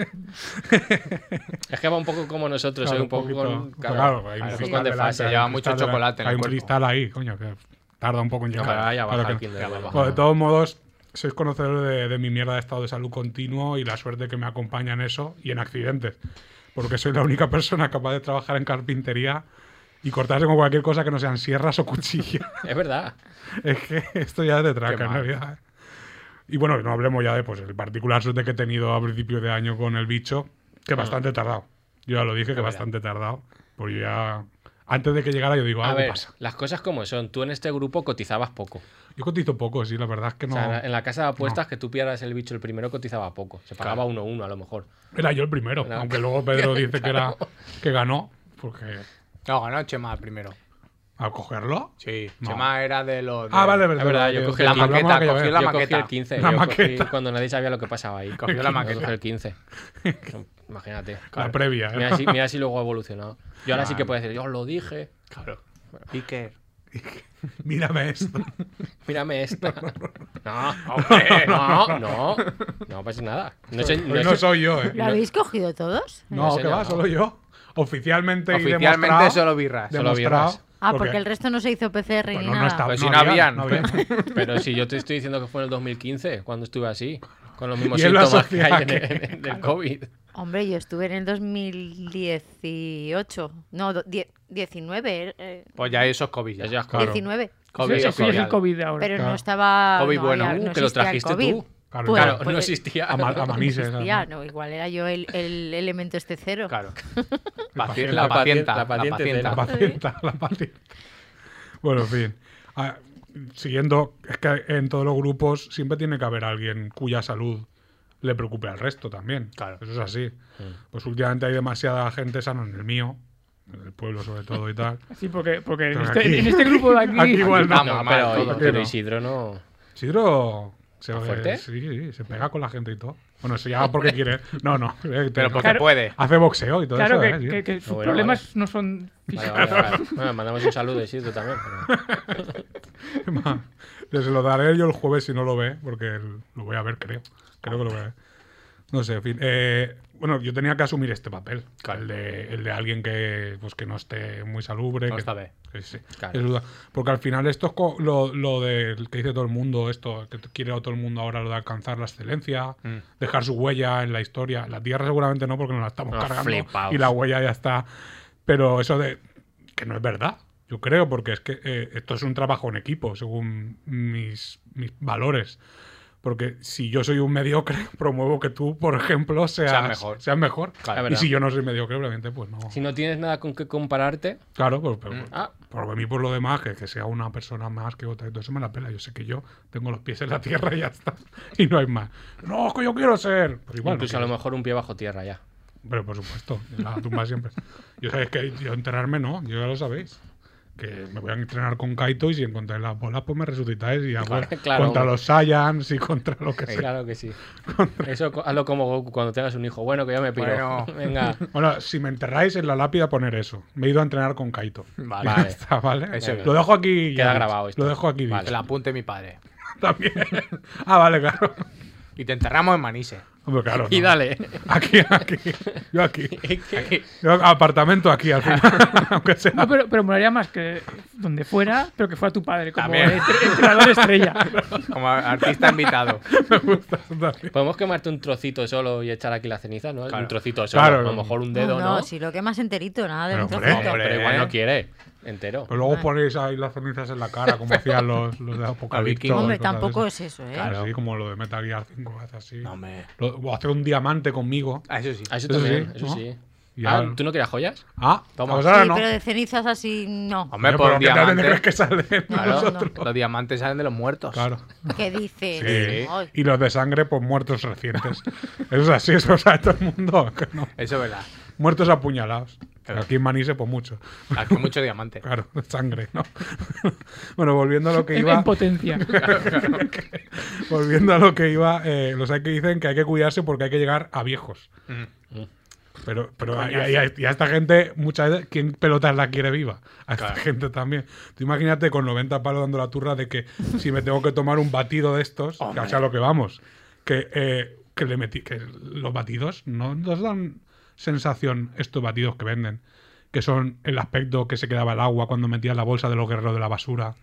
es que va un poco como nosotros, Claro, ¿eh? un poco con, claro, hay un un poco cristal con desfase. delante, hay lleva un mucho cristal delante. chocolate en el Hay un cuerpo. cristal ahí, coño, que tarda un poco en llegar. Ojalá ya baja Claro el que no. Kinder, ya baja. Bueno, de todos modos, sois conocedores de, de mi mierda de estado de salud continuo y la suerte que me acompaña en eso y en accidentes. Porque soy la única persona capaz de trabajar en carpintería y cortarse con cualquier cosa que no sean sierras o cuchillas. Es verdad. Es que esto ya es de traca, en mal. realidad. ¿eh? Y bueno, no hablemos ya de pues, el particular suerte que he tenido a principio de año con el bicho, que bastante tardado. Yo ya lo dije, que bastante tardado. Porque yo ya. Antes de que llegara, yo digo, A algo ver, pasa. las cosas como son. Tú en este grupo cotizabas poco. Yo cotizo poco, sí, la verdad es que no. O sea, en la- en la casa de apuestas que tú pierdas el bicho el primero cotizaba poco. Se pagaba 1-1 a lo mejor. Era yo el primero, No. aunque luego Pedro dice que, era, que ganó, porque. No, ganó Chema primero. ¿Al cogerlo? Sí, No. Chema era de los. Ah, de- vale, Es verdad. verdad, de- yo de- cogí de- la que hablamos maqueta, aquella cogí vez. la yo maqueta. cogí el 15. La yo maqueta. cogí cuando nadie sabía lo que pasaba ahí. Cogió la Yo maqueta. cogí el 15. Imagínate. La previa. ¿eh? Mira si, mira si luego ha evolucionado. Yo ahora sí que puedo decir, yo os lo dije. Claro. Iker. Mírame esto. Mírame esta. No, hombre, no, no. No pasa nada. No sé, no Hoy sé- no soy yo, ¿Lo ¿eh? habéis cogido todos? No, sé que va, yo, no. solo yo. Oficialmente, y Oficialmente demostrado. solo birras. Solo demostrado. birras. Ah, porque- porque el resto no se hizo PCR ni Bueno, nada. no estaba. Pues si no habían. Pero si yo te estoy diciendo que fue en el 2015, cuando estuve así, con los mismos Y él lo síntomas que hay asocia en, que- en- en el COVID. Hombre, yo estuve en el 2018. No, do- die- 19. eh, Pues ya eso es COVID. ya. Ya llevas COVID. Claro. 19. COVID, Eso, eso ya es el COVID. COVID ahora. Pero Claro. no estaba. COVID no bueno. había- Uh, no que lo existía el trajiste COVID. tú. Claro, Pues- Claro, pues- no existía. A, ma- a manises. No existía, no, igual era yo el, el elemento este cero. Claro. Paci- paciente. la pacienta. La La paciente pacienta. La pacienta, la pacienta. Bueno, en fin. Ah, siguiendo, es que en todos los grupos siempre tiene que haber alguien cuya salud le preocupe al resto también. Claro. Eso es así. Pues últimamente hay demasiada gente sana en el mío, en el pueblo sobre todo y tal. Sí, porque, porque en, Pero este, aquí- en este grupo de aquí, Aquí igual no. Vamos, No, mal, pero, todo. pero no. Isidro no. Sidro se ¿Está fuerte? Sí, sí, se pega con la gente y todo. Bueno, se llama porque quiere. No, no. eh, Pero te- porque Claro. puede. Hace boxeo y todo claro eso. que, eh, sí. que- que sus Bueno, problemas no son Vale, físicos. vale, vale. Bueno, mandamos un saludo a Isidro también. pero- Ma, yo se lo daré yo el jueves si no lo ve, porque el- lo voy a ver, creo. Creo que lo voy a ver. No sé, en fin. Eh, bueno, yo tenía que asumir este papel. El, de, el de alguien que, pues, que no esté muy salubre. No que- está bien. Sí, sí, Claro. es duda. Porque al final esto es co- lo, lo del que dice todo el mundo, esto que quiere todo el mundo ahora, lo de alcanzar la excelencia, Mm. dejar su huella en la historia. La Tierra seguramente no, porque nos la estamos Ah, cargando flipaos. y la huella ya está. Pero eso de que no es verdad. Yo creo, porque es que eh, esto es un trabajo en equipo, según mis, mis valores. Porque si yo soy un mediocre, promuevo que tú, por ejemplo, seas, Seas mejor. seas mejor. Claro. Es y verdad. si yo no soy mediocre, obviamente, pues no. Si no tienes nada con qué compararte, Claro, pues, pero- ah. por mí, por lo demás, que, que sea una persona más que otra, y todo eso me la pela. Yo sé que yo tengo los pies en la tierra y ya está. Y no hay más. No, es que yo quiero ser. Pues igual, no incluso a quiero lo mejor un pie bajo tierra ya. pero por supuesto, en la tumba siempre. Yo sabéis que yo enterarme no, yo ya lo sabéis. Que me voy a entrenar con Kaito y si encontráis las bolas, pues me resucitáis y hago claro, contra hombre. los Saiyans y contra lo que sea. Claro que sí. Eso co- hazlo como Goku cuando tengas un hijo. Bueno, que yo me piro. Bueno. Venga. Bueno, si me enterráis en la lápida, poner eso. Me he ido a entrenar con Kaito. Vale. Ya está, ¿vale? Eso es. Lo dejo aquí. Queda ya. grabado esto. Lo dejo aquí. dicho. Que la apunte mi padre. También. ah, vale, claro. Y te enterramos en Manises. Hombre, claro. Y no. dale. Aquí, aquí. Yo aquí. Aquí. Yo apartamento aquí al final. Aunque sea. No, pero, pero molaría más que donde fuera, pero que fuera tu padre, como También. entre- entrenador estrella. Como artista invitado. Me gusta. también. Podemos quemarte un trocito solo y echar aquí la ceniza, ¿no? Claro. Un trocito solo. Claro. A lo mejor un dedo, no, ¿no? si lo quemas enterito, nada de Pero, un hombre, Pues trocito. hombre. Pero igual no quiere. Entero. Pero luego ponéis ahí las cenizas en la cara, como hacían los, los de Apocalipto. vikingos. Hombre, tampoco es eso, ¿eh? Claro, así como lo de Metal Gear 5, hace así. No, hombre. Lo- o hacer un diamante conmigo. Ah, eso sí. Ah, eso Eso también. sí, eso ¿no? sí. Ya. Ah, ¿tú no querías joyas? Ah, Toma. pues Sí, ahora no. pero de cenizas así, no. Hombre, Coño, por pero un ¿qué tal te diamante. crees que sale? Claro. nosotros? Los diamantes salen de los muertos. Claro. ¿Qué dices? Sí. Ay, Y los de sangre, pues muertos recientes. eso es así, eso sabe todo el mundo. que no. Eso es verdad. Muertos apuñalados. Claro. Aquí en Manise, pues mucho. Aquí hay mucho diamante. Claro, de sangre, ¿no? bueno, volviendo a lo que En, iba. en potencia. Volviendo a lo que iba, eh, los hay que dicen que hay que cuidarse porque hay que llegar a viejos. Pero, pero y, a- y a- y a esta gente, muchas veces, ¿quién pelotas la quiere viva? A esta gente también. Tú imagínate con 90 palos dando la turra de que si me tengo que tomar un batido de estos, que o sea, lo que vamos, que, eh, que, le metí, que los batidos no nos dan sensación estos batidos que venden. Que son el aspecto que se quedaba el agua cuando metías la bolsa de los guerreros de la basura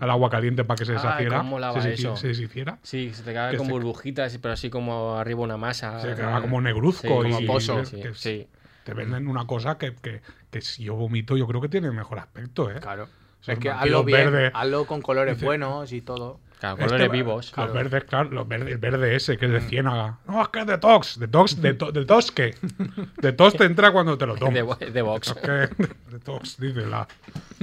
al agua caliente para que se Ay, deshaciera. cómo molaba se, deshici- eso. se deshiciera. Sí, se te cae Que con se- burbujitas, pero así como arriba una masa. Se ¿no? quedaba como negruzco Sí, y como pozo. que- Sí, que- sí. Te venden una cosa que, que- que si yo vomito, yo creo que tiene mejor aspecto, ¿eh? Claro. Son es que batidos hazlo bien, verdes. hazlo con colores buenos y todo. Claro, Mm. Este colores va- vivos. Los verdes, claro, los verdes, el verde ese que es de ciénaga. No, es que es de tox, de tox, de, to- de tos que. De tos te entra cuando te lo tomas. De, bo- de box. Es que de tox, dice la,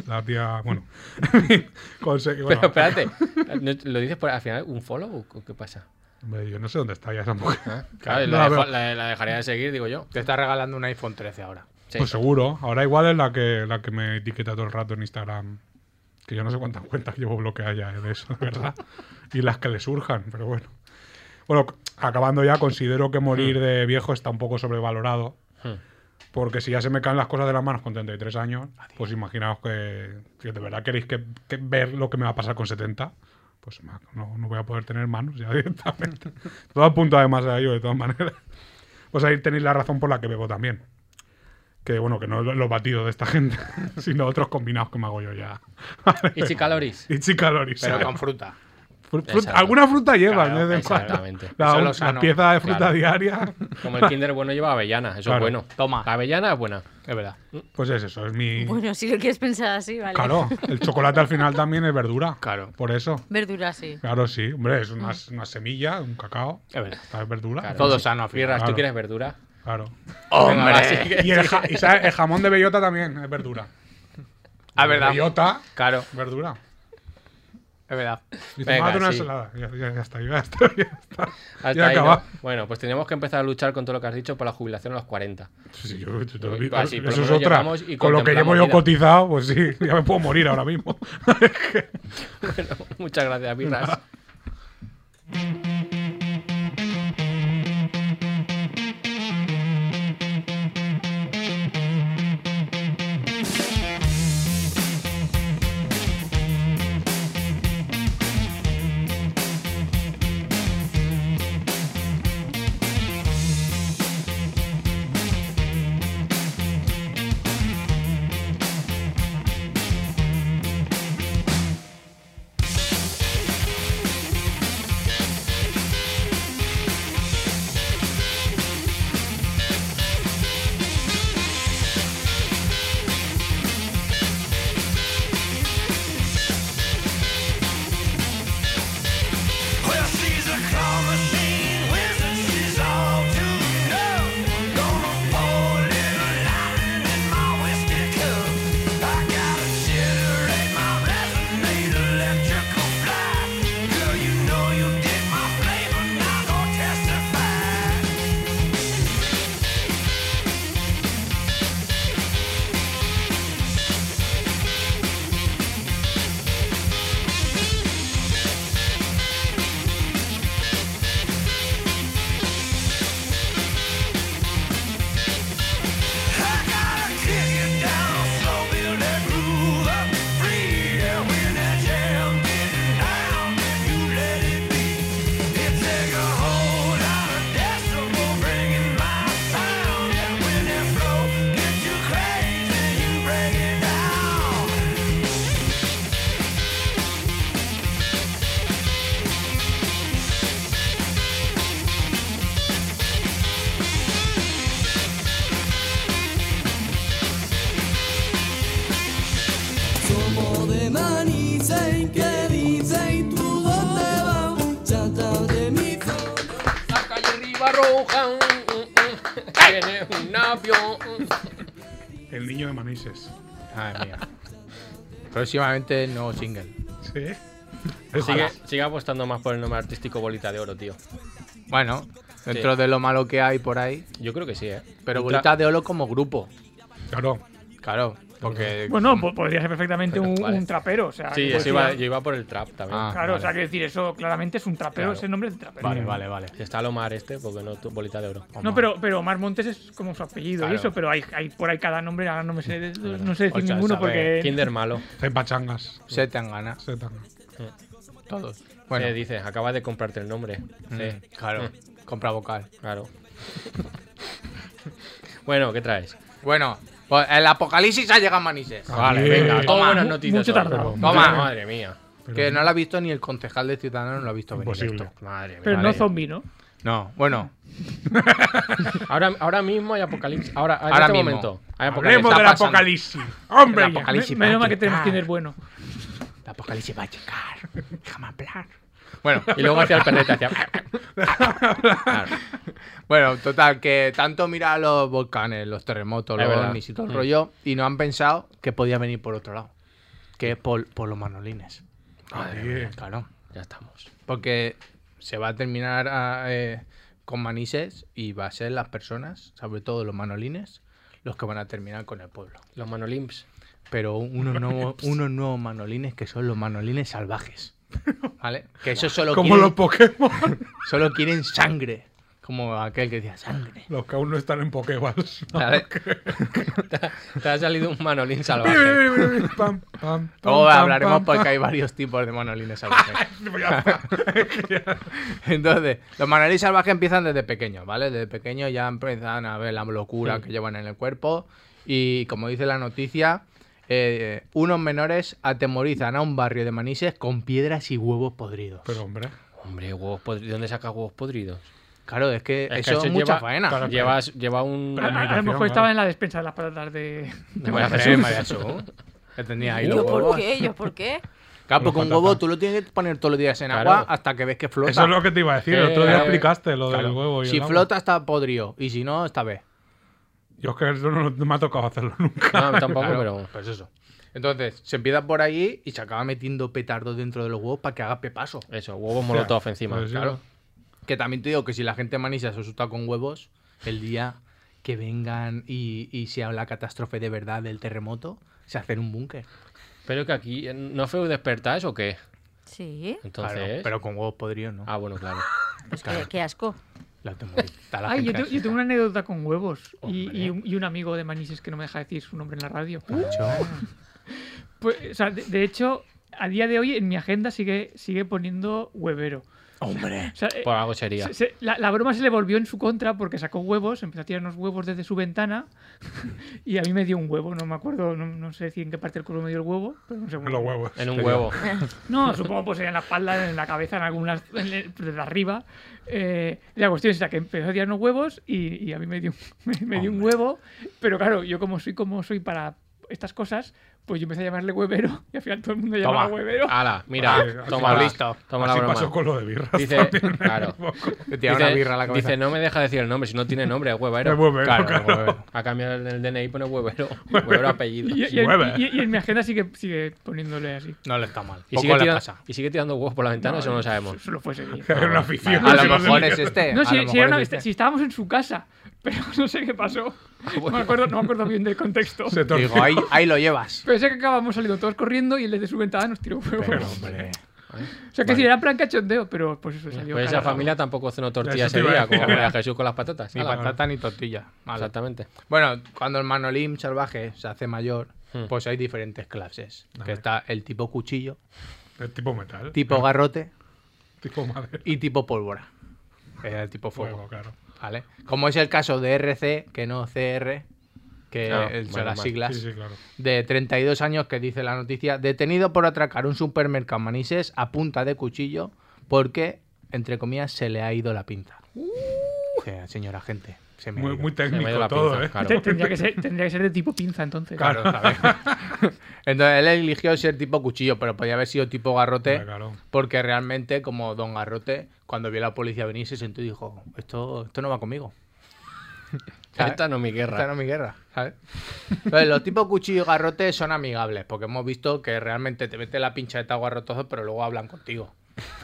la tía. Bueno. Conse- bueno, Pero espérate, ¿no- ¿lo dices por, al final un follow o qué pasa? hombre, yo no sé dónde está ya esa mujer. Ah, Claro, No la, la dejo- veo. la- la dejaría de seguir, digo yo. Te está regalando un iPhone 13 ahora. Sí. Pues seguro. Ahora igual es la que, la que me etiqueta todo el rato en Instagram. Que yo no sé cuántas cuentas llevo bloqueadas ya eh, de eso, de ¿verdad? y las que le surjan, pero bueno. Bueno, c- acabando ya, considero que morir de viejo está un poco sobrevalorado. Porque si ya se me caen las cosas de las manos con 33 años, pues imaginaos que, que de verdad queréis que, que ver lo que me va a pasar con 70, pues ma- no, no voy a poder tener manos ya directamente. Todo apunta además a ello, de todas maneras. Pues ahí tenéis la razón por la que bebo también. Que bueno, que no lo- los batidos de esta gente, sino otros combinados que me hago yo ya. Easy calories. Itchy calories. Pero ¿sabes? con fruta. Fru- fruta- Exacto. alguna fruta lleva, Claro, de vez en cuando. exactamente. La- Eso es lo una sano. pieza de fruta Claro. diaria. Como el Kinder bueno lleva avellana, eso Claro. es bueno. Toma. La avellana es buena. Es verdad. Pues es eso, es mi. Bueno, si lo quieres pensar así, vale. Claro, el chocolate al final también es verdura. Claro. Por eso. Verduras sí. Claro, sí. Hombre, es una, una semilla, un cacao. Es verdad. Esta es verdura. Claro. Todo Eh, sano al Fierras, final. Claro. ¿tú quieres verdura? Claro. Venga, va, sí que- Y, el, ja- y sabes, el jamón de bellota también es verdura. Ah, es verdad. Bellota, Claro, verdura. es verdad. Dice, Venga, "Mate una sí. ensalada. Ya, ya- ya está, ya está, ya está. Hasta Ya ahí, ¿no? acaba. Bueno, pues tenemos que empezar a luchar con todo lo que has dicho por la jubilación a los 40. Sí, yo- yo- yo- Pues así, por lo eso es menos otra. llegamos y Con lo que llevo contemplamos yo vida. cotizado, pues sí, ya me puedo morir ahora mismo. Bueno, muchas gracias, Pirras. fin que dice y tú dónde vas, chata de mi La calle Riva Roja. mm, mm, mm, Tiene un avión. mm. El niño de Manises. Madre mía. Próximamente nuevo single. Sí. Sigue, sigue apostando más por el nombre artístico Bolita de Oro, tío. Bueno, dentro de lo malo que hay por ahí. Yo creo que sí, ¿eh? Pero Ultra- Bolitas de Oro como grupo. Claro. Claro. Porque. Bueno, po- podría ser perfectamente un, Vale. un trapero. O sea, Sí, que pues eso podría- iba, yo iba por el trap también. Ah. Claro, o sea, quiero decir, eso claramente es un trapero, Claro. ese nombre es de trapero. Vale, vale, vale. Si está Lomar este, porque no tu bolita de oro. No, pero, pero Omar Montes es como su apellido Claro. y eso, pero hay, hay por ahí cada nombre, ahora no me sé, no sé decir O sea, ninguno sabe, porque. Kinder malo. Zen pachangas. Se te ganas. Se tan- Todos. Bueno. Bueno, dices, acabas Eh, de comprarte el nombre. mm, Sí, claro. Compra vocal. claro. bueno, ¿qué traes? Bueno, pues el apocalipsis ha llegado a Manises. Vale, Bien. venga, toma Toma. buenas noticias. Eh, Mucho hoy. tardado. Toma. Madre mía. Pero- Que no lo ha visto ni el concejal de Ciudadanos, lo ha visto venir. Imposible. esto. Madre mía. Pero no Vale. zombie, ¿no? No, bueno, Ahora, ahora mismo hay apocalipsis. Ahora, en Ahora este mismo. momento. Hay apocalipsis. Hablemos Está del pasando. apocalipsis. Hombre, El ya. apocalipsis. Ah. Me- Menos mal que tenemos Kinder bueno. el apocalipsis va a llegar. Déjame hablar. Bueno, y luego hacia el perrete, hacia... Bueno, total, que tanto mira los volcanes, los terremotos, Es los verdad. ovnis y todo el rollo, y no han pensado que podía venir por otro lado, que es por, por los manolines. Madre mía. Claro, Ya estamos. porque se va a terminar ah, eh, con manises y va a ser las personas, sobre todo los manolines, los que van a terminar con el pueblo. Los manolimps. Pero unos nuevos, unos nuevos manolines que son los manolines salvajes. ¿Vale? Que eso solo Como los quieren, Pokémon. solo quieren sangre. Como aquel que decía sangre. los que aún no están en Pokéballs. ¿Sabes? Te ha salido un manolín salvaje. pam, pam, pam, Luego pam, Oh, hablaremos pam, porque pam. hay varios tipos de manolines salvajes. Ya está. Entonces, los manolines salvajes empiezan desde pequeños, ¿vale? Desde pequeños ya empiezan a ver la locura que llevan en el cuerpo. Y como dice la noticia, eh, unos menores atemorizan a un barrio de manises con piedras y huevos podridos. Pero hombre, Hombre, huevos podridos. ¿Dónde sacas huevos podridos? claro, es que Es que eso es eso mucha lleva- faena. claro, Llevas, lleva un. Ah, A, a lo meditación, mejor ¿no? estaba en la despensa de las patatas de. Te voy a hacer, María Jesús. Que tenía ahí ¿Yo los por huevos. qué? ¿Yo por qué? Claro, porque un Patata. huevo tú lo tienes que poner todos los días en Claro. agua hasta que ves que flota. eso es lo que te iba a decir. El otro día Eh, explicaste lo del Claro. huevo y si el agua. flota está podrido y si no, está vez. Yo es que eso no, no me ha tocado hacerlo nunca. No, tampoco, Claro, pero. Pues eso. Entonces, se empieza por allí y se acaba metiendo petardos dentro de los huevos para que haga pepaso. Eso, huevos molotov encima. Pues sí, claro. Que también te digo que si la gente manisa se asusta con huevos, el día que vengan y, y sea la catástrofe de verdad del terremoto, se hacen un búnker. Pero que aquí. eh, ¿No fue despertáis o qué? Sí. Entonces. ¿eh? Claro, pero con huevos podridos, ¿no? Ah, bueno, claro. Pues qué, qué asco. La temorita, la Ay, yo, gente te- yo así. tengo una anécdota con huevos y, Hombre. Ah, y un, y un amigo de Manises que no me deja decir su nombre en la radio. Macho. Pues, o sea, de, de hecho, a día de hoy en mi agenda sigue, sigue poniendo huevero. Hombre. O sea, eh, Por Pues algo sería. se- se- la, la broma se le volvió en su contra porque sacó huevos, empezó a tirarnos huevos desde su ventana y a mí me dio un huevo, no me acuerdo, no, no sé si en qué parte del cuerpo me dio el huevo, pero no sé. Los huevos. En un huevo. No, supongo pues en la espalda, en la cabeza, en algunas, en el- desde arriba. Eh, la cuestión es esa, que empezó a tirarnos huevos y, y a mí me dio, un- me, me dio un huevo, pero claro, yo como soy como soy para estas cosas, pues yo empecé a llamarle huevero y al final todo el mundo llamaba Toma. huevero. Ala, Vale, mira, toma así- la- listo. Toma la Así pasó broma. con lo de birras. Dice, también. claro. Te tira una Dice- birra a la cabeza. Dice, no me deja decir el nombre, si no tiene nombre, Es huevero. huevero, claro, claro. huevero. Ha cambiado el DNI, pone huevero. Huevero apellido. Y, y- Hueve. y- y en mi agenda sigue, sigue poniéndole así. No le está mal. Y Poco sigue, le tira- pasa. y sigue tirando huevos por la ventana, eso no lo sabemos. Solo fue ese día. Era una afición. A si lo no se mejor es mira. este. No, a si, lo si mejor era una- es este. Ah, si estábamos en su casa, pero no sé qué pasó. No, me acuerdo, no me acuerdo bien del contexto. Se torció. Digo, ahí, ahí lo llevas. Pero sé que acabamos saliendo todos corriendo y el desde su ventana nos tiró huevos. Pero, hombre. o sea, que sí, era en plan cachondeo, pero pues eso salió. Pues esa cara. familia tampoco cenó tortillas Eso ese te iba a día, decir. como María Jesús con las patatas. Ni Ala, patata ni tortilla. Vale. Exactamente. Bueno, cuando el manolín salvaje se hace mayor, Hmm. pues hay diferentes clases. Que está el tipo cuchillo, Es tipo metal. tipo garrote Tipo madera. y tipo pólvora. Es el tipo fuego, Fuego, claro. ¿vale? Como es el caso de RC, que no CR, que Ah, el- son bueno, las vale. siglas, Sí, sí, claro. de 32 años que dice la noticia, detenido por atracar un supermercado en Manises a punta de cuchillo porque, entre comillas, se le ha ido la pinza. O sea, señora gente. Se me ha Uh. Muy, ido. muy Se me ha ido técnico la todo, pinza, ¿eh? claro. Te- Tendría, que ser, tendría que ser de tipo pinza entonces. Claro, ¿sabes? Entonces él eligió ser tipo cuchillo, pero podía haber sido tipo garrote, Hombre, claro. porque realmente, como don Garrote, cuando vio a la policía venir, se sentó y dijo: Esto, esto no va conmigo. ¿Sabes? Esta no es mi guerra. Esta no es mi guerra, ¿sabes? Entonces, los tipos cuchillo y garrote son amigables, porque hemos visto que realmente te mete la pincheta o garrotazo, pero luego hablan contigo.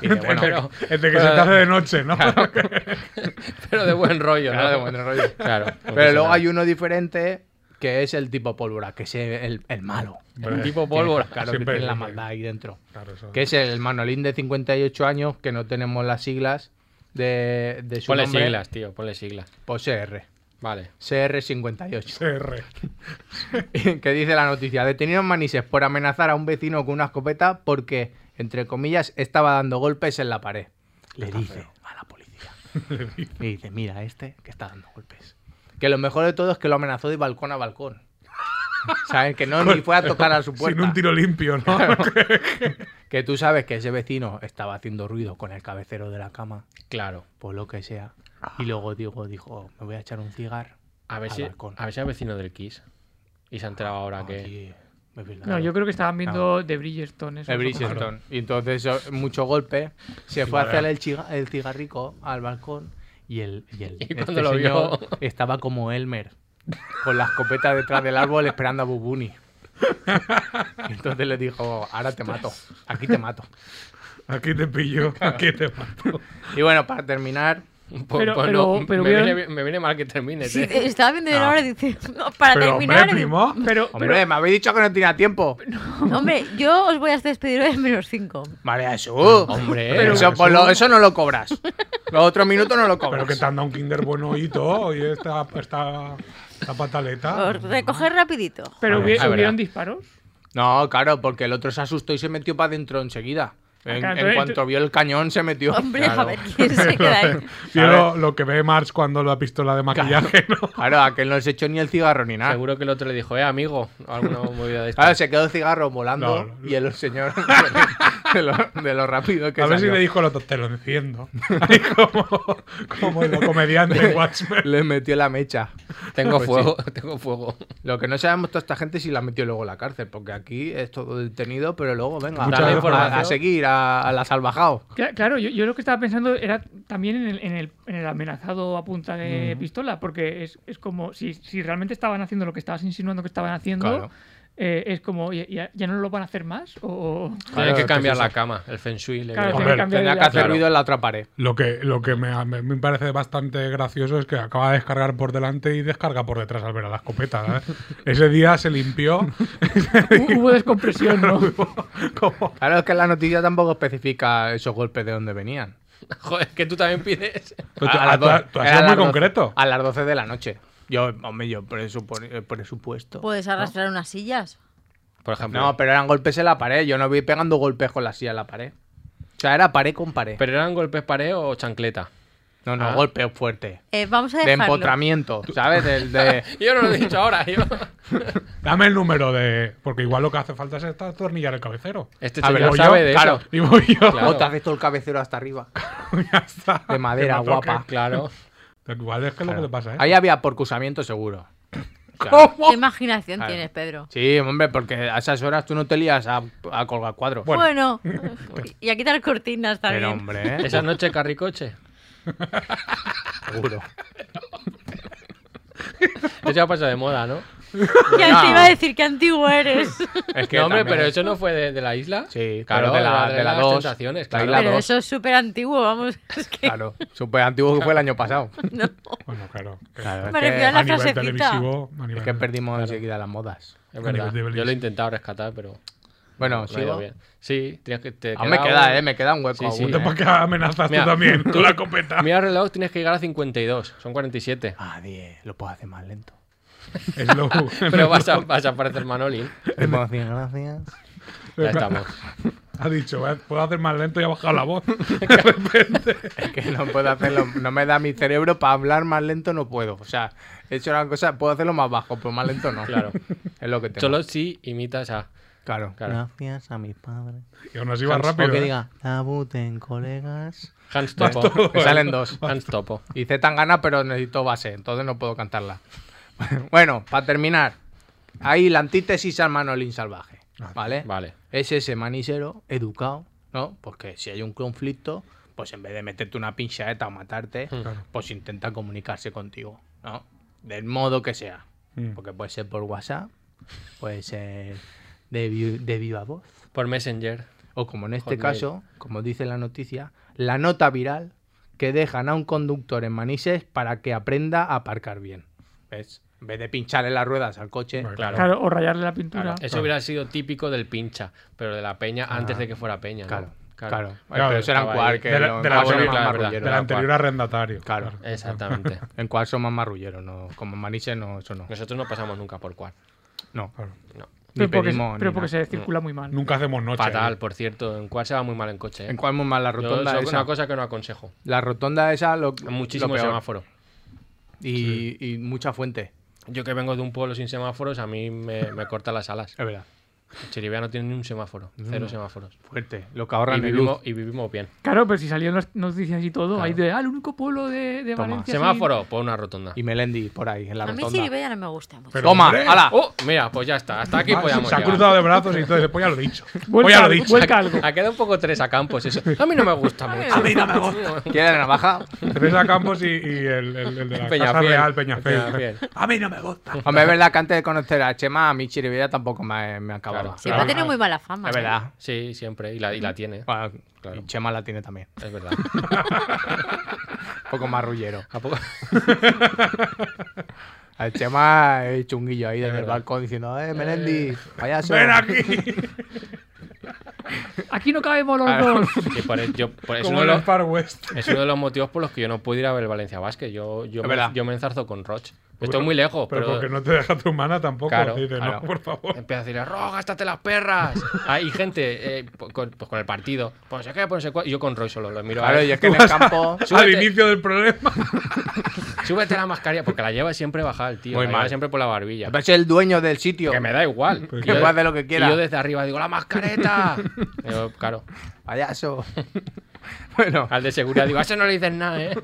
Y de, bueno, pero- Es de Este que pero- se te hace de noche, ¿no? Pero de buen rollo, Claro, ¿no? de buen rollo. Claro. Pero luego hay uno diferente que es el tipo pólvora, que es el, el malo. un tipo pólvora. Claro, que Siempre tiene la dice. maldad ahí dentro. Claro, eso. Que es el Manolín de 58 años, que no tenemos las siglas de, de su Ponle nombre. siglas, tío, ponle siglas. Pues CR. Vale. CR58. CR. que dice la noticia. Detenido en Manises por amenazar a un vecino con una escopeta porque, entre comillas, estaba dando golpes en la pared. Le dice a la policía. Le dice, mira, este que está dando golpes. Que lo mejor de todo es que lo amenazó de balcón a balcón. ¿Saben? Que no ni fue a tocar a su puerta. Sin un tiro limpio, ¿no? Que tú sabes que ese vecino estaba haciendo ruido con el cabecero de la cama, Claro. por pues lo que sea. Y luego Diego dijo, me voy a echar un cigarro. A ver, Al si, balcón. a ver si es vecino del Kiss. Y se ha enterado ahora que. Oye, me No, pillaron. yo creo que estaban viendo The Bridgestone. eso. El Bridgestone. Y entonces, oh, mucho golpe. Se fue a hacer el, chiga- el cigarrico al balcón y el, y el- Y este cuando lo señor vio- estaba como Elmer, con la escopeta detrás del árbol esperando a Bubuni. Y entonces le dijo, ahora te mato, aquí te mato. Aquí te pillo, aquí te mato. Y bueno, para terminar, Pues- Pero- pues pero- no, pero me, vieron- viene, me viene mal que termines, Sí, eh. te- estaba viendo yo ahora y dice, no, para Pero, terminar. hombre, dice, primo. Pero, hombre, me habéis dicho que no tenía tiempo. hombre, yo os voy a despedir hoy en menos 5. Vale, eso. Hombre, eso, por lo- eso no lo cobras. Los otros minutos no lo cobras. Pero que te han dado un Kinder bueno y todo, y esta, esta, esta pataleta. Os recoger rapidito. pero hubi- es verdad. hubieron disparos. No, claro, porque el otro se asustó y se metió para adentro enseguida. En, claro, en entonces- cuanto vio el cañón, se metió. Hombre, claro. a ver quién se queda ahí. Y lo, lo que ve Marx cuando la pistola de maquillaje, ¿no? Claro, aquel no se echó ni el cigarro ni Ah. nada. Seguro que el otro le dijo, eh, amigo, alguna movida de Claro, esta. se quedó el cigarro volando No, no. y el señor de lo, de lo rápido que A ver si salió. le dijo lo te lo enciendo. Ahí como, como el comediante Watchmen. Le metió la mecha. Tengo Pues sí. fuego, tengo fuego. Lo que no sabemos toda esta gente si la metió luego a la cárcel, porque aquí es todo detenido, pero luego venga Mucha a- a, información. a seguir a, a la salvajao. Cla- Claro, yo, yo lo que estaba pensando era también en el, en el, en el amenazado a punta de pistola, porque es, es como si, si realmente estaban haciendo lo que estabas insinuando que estaban haciendo, Claro. eh, es como, "Oye, ¿ya, ya no lo van a hacer más? O, Claro, Tiene es que que cambiar sí, la sí. cama, el feng shui. Le Claro, viene tiene mal. que cambiar Tendrá ya. Eh, que hacer Claro. ruido en la otra pared. Lo que, lo que me, me- me parece bastante gracioso es que acaba de descargar por delante y descarga por detrás al ver a la escopeta. ¿eh? Ese día se limpió. Hu- hubo descompresión, ¿no? como- Claro, es que la noticia tampoco especifica esos golpes de dónde venían. Joder, que tú también pides. Pero tú- A- a ah, tú las has- do- tú has era sido a muy las doce- concreto. A las 12 de la noche. Yo, hombre, yo presupo- eh, presupuesto. Puedes arrastrar unas sillas. Por ejemplo. No, pero eran golpes en la pared. Yo no vi pegando golpes con la silla en la pared. O sea, era pared con pared. ¿Pero eran golpes pareo o chancleta? no, no, Ah. golpes fuertes. Eh, vamos a De dejarlo. empotramiento, ¿sabes? Del de... Yo no lo he dicho ahora. Yo... Dame el número de. Porque igual lo que hace falta es atornillar el cabecero. Este A ver, señor voy yo, sabe de claro. eso. Y voy yo. Claro. O te haces todo el cabecero hasta arriba. Ya está. De madera Que me toque. guapa. Claro. Igual es que es lo que le pasa, ¿eh? Ahí había porcusamiento seguro. O sea, ¿Qué imaginación Claro. tienes, Pedro? Sí, hombre, porque a esas horas tú no te lías a, a colgar cuadros. Bueno, y a quitar cortinas también. pero hombre, ¿eh? Esa noche carricoche. seguro. Eso ya pasa de moda, ¿no? Ya te iba a decir que antiguo eres. Es no, hombre, también- pero eso no fue de, de la isla. Sí, claro, pero de la- de la las dos. tentaciones, La claro. isla Pero dos. eso es súper antiguo, vamos. Es que Claro, súper antiguo que fue el año pasado. no. Bueno, claro. Claro, es Me que- refiero a A la nivel frasecita. televisivo. a nivel- Es que perdimos enseguida las modas. Es nivel verdad. de Belice. Yo lo he intentado rescatar, pero Bueno, no ha ido ¿sigo? bien. Sí, tenías que. Te Pues Aún me quedaba queda, un- eh, me queda un hueco Sí, sí. aún, ¿Para eh. qué amenazas Mira, tú también con la copeta? Mira el reloj, tienes que llegar a 52. Son 47. Ah, 10, lo puedo hacer más lento. Es lo- Pero vas a, vas a parecer Manolín. gracias. Ya estamos. Ha dicho, "Eh, puedo hacer más lento y ha bajado la voz. Es que no puedo hacerlo, no me da mi cerebro para hablar más lento, no puedo. O sea, he hecho una cosa, puedo hacerlo más bajo, pero más lento no. Claro. Es lo que tengo. Solo si imitas a. Claro. Claro. Gracias a mis padres. Y aún así va Hans, rápido. que ¿eh? diga, La buten, colegas. Hans Topo. Me salen dos. Hans Topo. Y Z tan gana, pero necesito base, entonces no puedo cantarla. bueno, para terminar, ahí la antítesis al manolín salvaje. ¿Vale? Vale. Es ese manisero educado, ¿no? Porque si hay un conflicto, pues en vez de meterte una pinchaeta o matarte, pues intenta comunicarse contigo, ¿no? Del modo que sea. Mm. Porque puede ser por WhatsApp, puede ser de, vi- de viva voz, Por Messenger. o como en este Hotmail. caso, como dice la noticia, la nota viral que dejan a un conductor en Manises para que aprenda a aparcar bien. ¿Ves? En vez de pincharle las ruedas al coche, Claro. Claro, o rayarle la pintura. Eso hubiera sido típico del pincha, pero de la peña antes de que fuera peña. ¿no? Ah. Claro, claro. Claro, pero eso era en estaba Cuar, ahí. que De la- lo- de la ah, bueno, más anterior- la verdad, marrullero, Del era anterior Cuar. arrendatario. Claro. eh, Exactamente. En Cuar son más marrulleros, no, como en Maniche no, eso no. Nosotros no pasamos nunca por cual. No, Claro. ni Pero porque, pedimos, ni pero porque nada. se circula muy mal. Nunca hacemos noche. Fatal, ¿eh? por cierto. En cual se va muy mal en coche. ¿eh? En Cuar muy mal la Yo rotonda eso es esa. una cosa que no aconsejo. La rotonda esa, lo, lo Muchísimo peor. semáforo. Y, y mucha fuente, Yo que vengo de un pueblo sin semáforos, a mí me, me corta las alas. es verdad. Chiribea no tiene ni un semáforo. Cero semáforos. Fuerte, lo Y que ahorran de Mm. luz. vivimos, y vivimos bien. Claro, pero si salían las noticias y todo, ahí de, ah, el único pueblo de, de Toma. Valencia. sin-". Semáforo, por una rotonda. Y Melendi por ahí, en la A mí rotonda. Siribella no me gusta mucho. Pero, ¡Toma! hombre, ¡Hala! Oh, mira, pues ya está. Hasta aquí ah, podíamos se ha llegar. cruzado de brazos y todo eso. Pues ya lo he dicho. Pues Vuelta, ya lo he algo, dicho. vuelta algo. Ha quedado un poco tres a campos eso. A mí no me gusta mucho. A mí no me gusta. ¿Quiere la navaja? Teresa Campos y, y el, el- el de la Casa Real, Peñafiel. A mí no me gusta. Hombre, es verdad que antes de conocer a Chema, a mi chiribilla tampoco me, me acababa. Claro. Siempre ha tenido muy mala fama. Es ¿eh? verdad. Sí, siempre. Y la, y la tiene. Bueno, Claro. Y Chema la tiene también. Es verdad. Un poco marrullero. ¿A poco? El Chema es chunguillo ahí desde el verdad. balcón diciendo, eh, Melendi, payaso. ¡Ven aquí! Aquí no cabemos los Claro. dos. Sí, por el- yo- por- es, Como uno de en el los, Far West. es uno de los motivos por los que yo no pude ir a ver el Valencia Vázquez. Yo, yo, Es me, verdad. yo me enzarzo con Roch. Estoy muy lejos, Pero, pero, porque no te deja tu humana tampoco. Claro, dice, claro. no, por favor. Empieza a decirle, Roch, gástate las perras. Hay gente eh, po- con, pues con el partido. Pues se queda, pues se cua- Y yo con Roy solo lo miro. a Claro, él. y es que en el campo. Súbete. Al inicio del problema. Súbete la mascarilla, porque la lleva siempre bajada el tío. Muy la lleva mal. siempre por la barbilla. Es el dueño del sitio. Que me da igual. Pues Y que yo- pueda hacer lo que quiera. Y yo desde arriba digo, ¡la mascareta! Digo, claro. Payaso. bueno, Al de seguridad digo, a ese no le dices nada, ¿eh?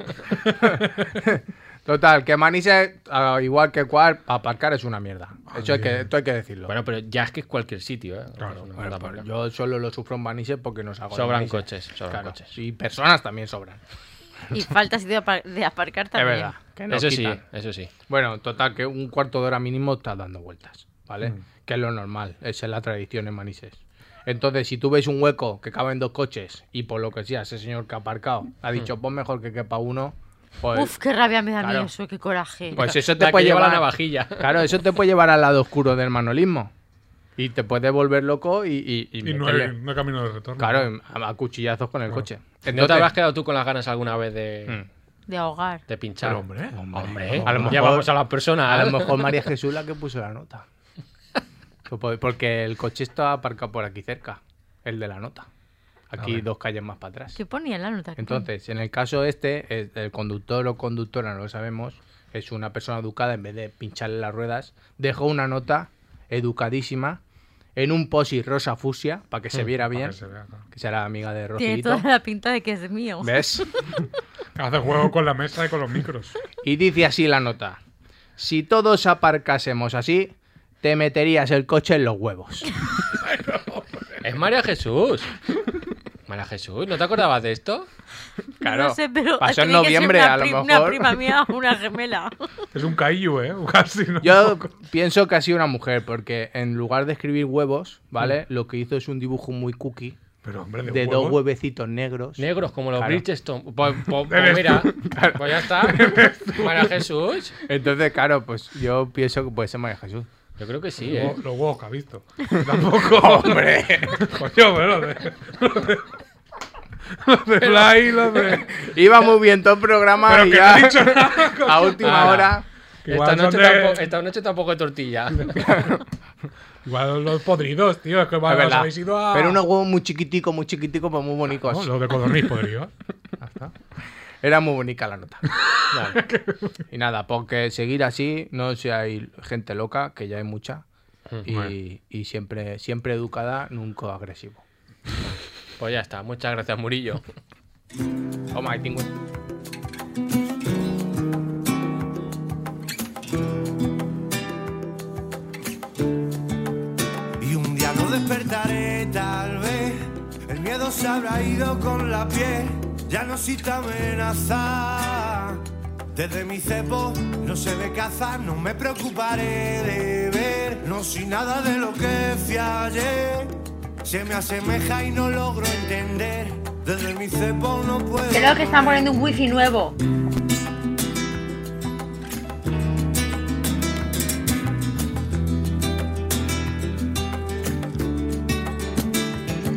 total, que Manises, ah, igual que cual, aparcar es una mierda. Eso hay que, esto hay que decirlo. Bueno, pero ya es que es cualquier sitio, ¿eh? Una Bueno, puta pues marca. yo solo lo sufro en Manises porque nos hago. de Sobran Manises. coches, sobran Claro, coches. Y personas también sobran. Y falta sitio apar- de aparcar también. Es verdad. que nos Eso sí, quitan. eso sí. Bueno, total, que un cuarto de hora mínimo estás dando vueltas, ¿vale? Mm. Que es lo normal, esa es la tradición en Manises. Entonces, si tú ves un hueco que caben dos coches y por lo que sea, ese señor que ha aparcado Mm. ha dicho, pues mejor que quepa uno, pues, Uf, qué rabia me da a Claro. mí eso, qué coraje. pues eso La te que puede lleva llevar la navajilla. Claro, eso te puede llevar al lado oscuro del manolismo. Y te puede volver loco y, y, y Y no meterle- hay, no hay camino de retorno. Claro, a, a cuchillazos con el coche. ¿No te Entonces, habrás quedado tú con las ganas alguna vez de, Mm. De ahogar. de pinchar? Pero, hombre, hombre. A lo mejor- ya vamos a las personas. a lo mejor María Jesús la que puso la nota. Supo- Porque el coche está aparcado por aquí cerca, el de la nota. Aquí dos calles más para atrás. ¿Qué ponía en la nota? Entonces, en el caso este, es- el conductor o conductora, no lo sabemos, es una persona educada, en vez de pincharle las ruedas, dejó una nota educadísima en un posi rosa fusia, para que se viera Mm, para bien, que se vea, claro. que será amiga de Tiene Rojito. toda la pinta de que es mío. ¿Ves? Hace juego con la mesa y con los micros. Y dice así la nota. Si todos aparcásemos así, te meterías el coche en los huevos. Es María Jesús. María Jesús, ¿no te acordabas de esto? Claro. No sé, pero Pasó en tiene que ser noviembre, una a lo pri- mejor. Una prima mía o una gemela. Es un caillo, ¿eh? Casi, ¿no? Yo pienso que ha sido una mujer, porque en lugar de escribir huevos, ¿vale? Lo que hizo es un dibujo muy cookie Pero, hombre, de, Mm. de, dos huevos. huevecitos negros. Negros como los Claro. Bridgestone. Pues, pues- pues mira, pues ya está. María Jesús. Entonces, claro, pues yo pienso que puede ser María Jesús. Yo creo que sí, Los ¿eh? huevos- Los huevos que ha visto. Tampoco. ¡Hombre! Coño, bueno, de. Los de Fly, los de. Iba muy bien todo el programa Pero y que no ya he dicho nada. coño. a última Ala. hora. Que Esta igual, noche, son de- tampoco, esta noche tampoco hay tortilla. igual los podridos, tío. Es que es vale, os verdad. habéis ido a. Ah, Pero unos huevos muy chiquiticos, muy chiquiticos, pero muy No, bonitos. Los de codorniz podridos. Era muy bonita la nota. Vale. Y nada, porque seguir así, no si hay gente loca, que ya hay mucha, Mm, y, y siempre, siempre educada, nunca agresivo. Pues ya está. Muchas gracias, Murillo. Toma, hay 50. Y un día no despertaré, tal vez. El miedo se habrá ido con la piel. Ya no existe amenaza. Desde mi cepo no se ve caza, no me preocuparé de ver. No soy nada de lo que fui ayer. Se me asemeja y no logro entender. Desde mi cepo no puedo. Creo que están poniendo un wifi nuevo.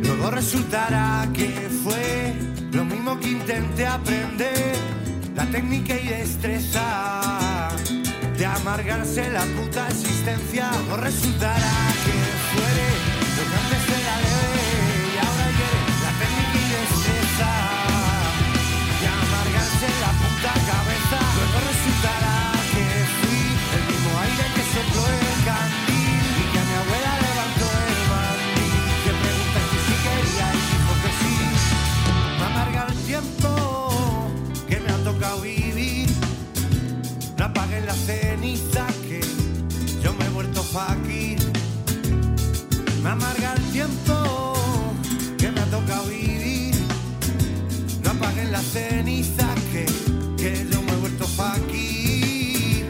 Luego resultará que fue lo mismo que intenté aprender la técnica y destreza de amargarse la puta existencia. Luego resultará que fue lo que antes era ley y ahora quiere la técnica y destreza de amargarse la puta cabeza. Luego resultará que fui el mismo aire que sopló el candil y que a mi abuela levantó el bandil. Que pregunta que si quería y dijo que sí. Me amarga el tiempo que me ha tocado vivir. No apaguen la ceniza que yo me he vuelto faquir. Me amarga el tiempo que me ha tocado vivir. No apaguen las cenizas que, que yo me he vuelto faquir.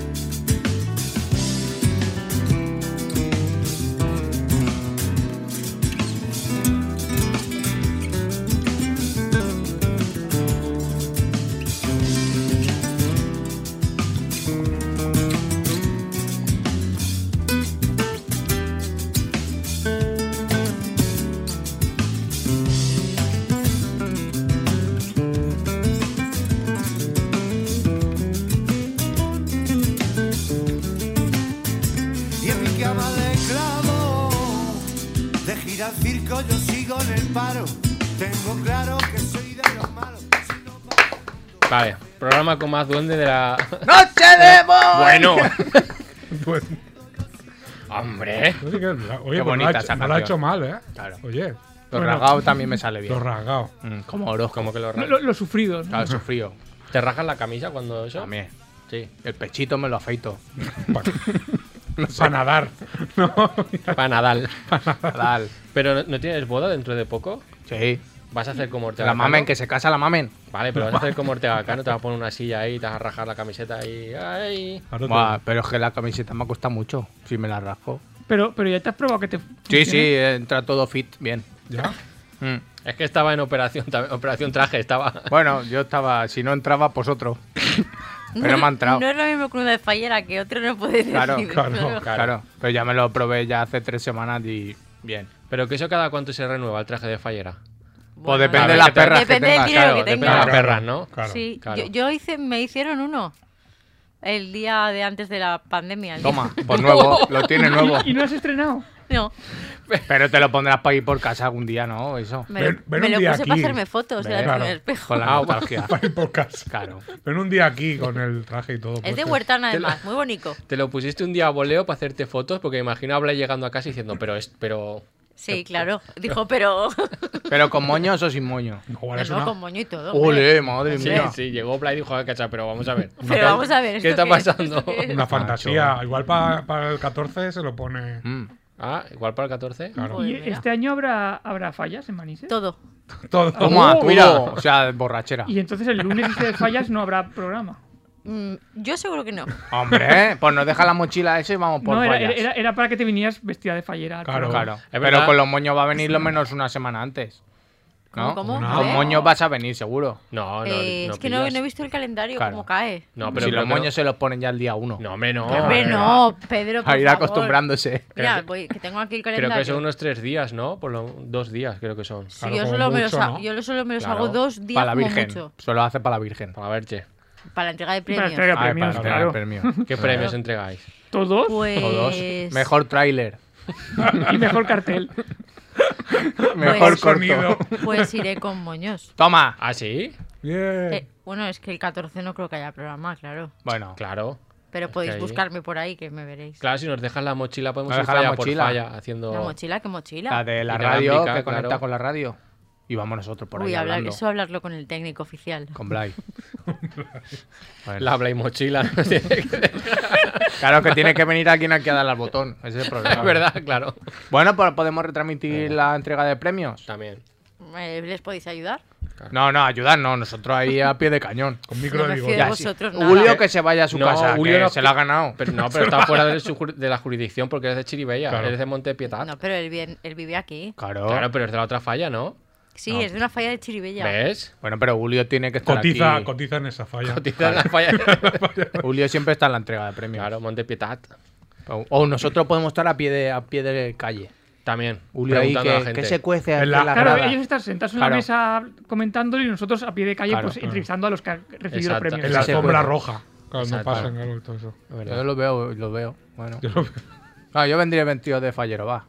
Y en mi cama de clavo, de girar circo yo sigo en el paro. Tengo claro que soy de los malos. Si no paro- Vale. Programa con más duende de la. ¡Noche de boda! Bueno. Pues, Hombre. no sé qué- oye, Qué pues no, bonita la, ha esa hecho- no la ha canción. hecho mal, ¿eh? Claro. Oye, Los bueno, rasgados también me sale los bien. rasgados. Mm, como Orozco. Como que lo ra- Lo, lo sufrido. ¿no? Claro, eso frío. ¿Te rajas la camisa cuando eso? También. Sí. El pechito me lo afeito. Para, nadar. No, Para Nadal. Tal. Pero ¿no- ¿no tienes boda dentro de poco? Sí. ¿Vas a hacer como Ortega La Cano? mamen, que se casa la mamen. Vale, pero vas a hacer como Ortega Cano, te vas a poner una silla ahí, te vas a rajar la camiseta y... ¡Ay! Ahora te- Buah, pero es que la camiseta me ha costado mucho. Si me la rasco. Pero, pero ya te has probado que te. Sí, funciona. sí, entra todo fit, bien. ¿Ya? Mm. Es que estaba en operación, ta- operación traje, estaba... Bueno, yo estaba, si no entraba, pues otro. Pero me ha entrado. No es lo mismo que uno de fallera que otro no puede decir. Claro, claro, pero- Claro. pero ya me lo probé ya hace tres semanas y bien. Pero que eso cada cuánto se renueva el traje de fallera. Bueno, Pues depende a ver, de las que te- perras que Depende tengas, del dinero claro, que Depende de las tengas. perras, ¿no? Claro. Sí, yo- claro. yo, hice, me hicieron uno el día de antes de la pandemia. el día- Toma, por Pues nuevo, lo tiene nuevo. Y no has estrenado. No, Pero te lo pondrás para ir por casa algún día, ¿no? Eso. me, Ven- ven me un lo día puse para aquí. hacerme fotos Ven, delante claro. del espejo. Ah, Con la nostalgia. Para ir por casa. Claro. Ven un día aquí con el traje y todo. pues Es de puesto. Huertana, además, muy bonito. Te lo pusiste un día a voleo para hacerte fotos, porque me imagino habla llegando a casa diciendo, pero es... Pero... Sí, claro. Dijo, pero. Pero con moño o sin moño. Igual es No, una- con moño y todo. hombre. Ole, madre Sí, mía. sí, llegó Bla y dijo, "Ah, cacha, pero vamos a ver. Pero vamos a ver. ¿esto ¿Qué está qué es? pasando? ¿Esto qué es? Ah, una fantasía. Igual para, para el 14 se lo pone. Mm. Ah, igual para el 14. Claro. ¿Y Joder, mira. este año habrá, habrá fallas en Manises? Todo. Todo. Toma, Oh. Ah, mira. O sea, borrachera. Y entonces el lunes este de fallas no habrá programa. Mm, yo seguro que no. Hombre, pues nos deja la mochila esa y vamos por no, era, vallas. era- era para que te vinieras vestida de fallera. Claro. pero- Claro. verdad. Pero con los moños va a venir lo menos una semana antes. ¿No? ¿Cómo, cómo? No. A Con ver. moños vas a venir, seguro. No, no, Eh, no es que no, pillas. no he visto el calendario, Claro. cómo cae. No, pero si los creo que moños se los ponen ya el día uno. no. No, hombre, no. Hombre, no, Pedro. Por a ir favor. acostumbrándose. Mira, Creo que- voy- que tengo aquí el Creo calendario. que son unos tres días, ¿no? Por lo, dos días, creo que son. Sí, Claro, yo, como solo me los mucho, hago, ¿no? yo solo me los Claro. hago dos días Para la como Virgen. mucho. Solo hace para la Virgen. Para ver, che. Para la entrega de Para premios. entregar Ah, premios, para claro. el premio. ¿Qué premios entregáis? Todos Pues... Todos. Mejor tráiler. y mejor cartel. Mejor sonido. corto. Pues iré con moños. Toma. ¿Ah, sí? Bien. Eh, bueno, es que el 14 no creo que haya programa, claro. Bueno, Claro. Pero podéis ahí- buscarme por ahí que me veréis. Claro, si nos dejas la mochila, podemos Nos ir dejas la falla por mochila. falla haciendo. La mochila, ¿qué mochila? La de la Inalámbrica, radio que claro. conecta con la radio. Y vamos nosotros por Uy, ahí hablar- hablando. eso hablarlo con el técnico oficial. Con Blay. Bueno, La habla y mochila. ¿no? es Claro que tiene que venir alguien aquí a darle al botón. Ese es el problema. verdad, claro. Bueno, pues podemos retransmitir la entrega de premios. También. Eh, ¿Les podéis ayudar? No, no, ayudarnos. Nosotros ahí a pie de cañón. Con micro me de fío. bigote. De sí. vosotros nada. Julio que se vaya a su No, casa. Julio que no- se la ha ganado. Pero no, pero está fuera de, su jur- de la jurisdicción porque eres de Chiribella, Claro. eres de Ah. Montepietad. No, pero él, bien, él vive aquí. Claro. Claro, pero es de la otra falla, ¿no? Sí, es de una falla de Chiribella. ¿Ves? Bueno, pero Julio tiene que estar Cotiza, aquí. cotiza en esa falla. Cotiza en la falla. Julio siempre está en la entrega de premios. claro, Montepietad. O- O nosotros podemos estar a pie de, a pie de calle. También. Julio ahí preguntando a la que, gente. que se cuece aquí en En la- la, Claro, grada. ellos están sentados en Claro. la mesa comentándolo y nosotros a pie de calle Claro, pues entrevistando a los que han recibido Exacto. premios. En la Sí, sombra sí. roja. Cuando Exacto. pasan algo y todo eso. Yo lo veo, lo veo. Bueno. Yo lo veo. Ah, yo vendría vestido de fallero, va.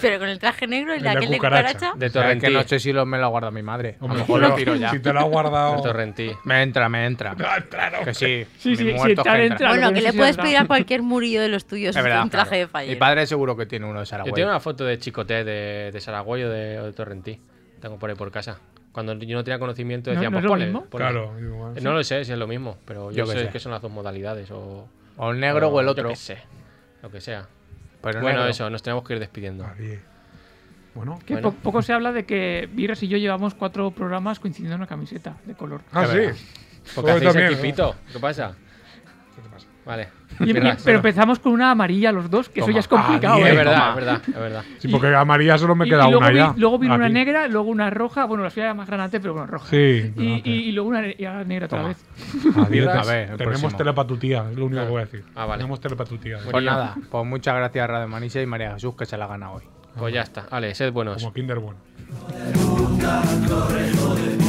Pero con el traje negro y En la la aquel de cucaracha. cucaracha. De O sea, es Torrentí. que no sé si lo, me lo guarda mi madre. Hombre, a lo mejor lo tiro ya. Si te lo has De guardado. Torrentí. Me entra, me entra. Ah, Claro. Que sí. Sí, mi sí, si muerto entrar, que entra. Claro, bueno, con que eso le sí puedes es pedir a cualquier murillo de los tuyos Es verdad. un traje claro. de fallero. Mi padre seguro que tiene uno de Saragüey. Yo tengo una foto de Chicote, de, de Saragüey o de, o de Torrentí. Tengo por ahí por casa. Cuando yo no tenía conocimiento ¿No- decían, no es pues lo ponle, mismo? ponle". Claro, igual. Eh, No lo sé si es lo mismo, pero yo, ¿Ah, Yo qué sé, sé. que son las dos modalidades. O, O el negro o el yo otro. qué sé, lo que sea. Pero bueno, negro. eso, nos tenemos que ir despidiendo. Nadie. Bueno. Que Bueno. po- poco se habla de que Virres y yo llevamos cuatro programas coincidiendo en una camiseta de color. Ah, sí. verdad. Porque Tú hacéis también, equipito. ¿Qué pasa? Vale. Y- y- Pirras. pero empezamos con una amarilla los dos, que eso ya es complicado. Ah, Sí, ¿eh? es verdad, es verdad, es verdad. Sí, porque a María solo me Y- queda y luego una vi- ya. luego vino una Aquí. negra, luego una roja. Bueno, la suya era más granate, pero bueno, roja. Sí. y, y- y luego una ne- y ahora negra otra Toma. vez. Adiós. A ver, el Tenemos próximo. telepatutía, es lo único que voy a decir. Ah, vale. Tenemos telepatutía. Pues nada, pues muchas gracias Radio Maniche y María Jesús que se la gana hoy. Pues ya está. Vale, sed buenos. Como Kinder Bueno. Nunca corre, joder.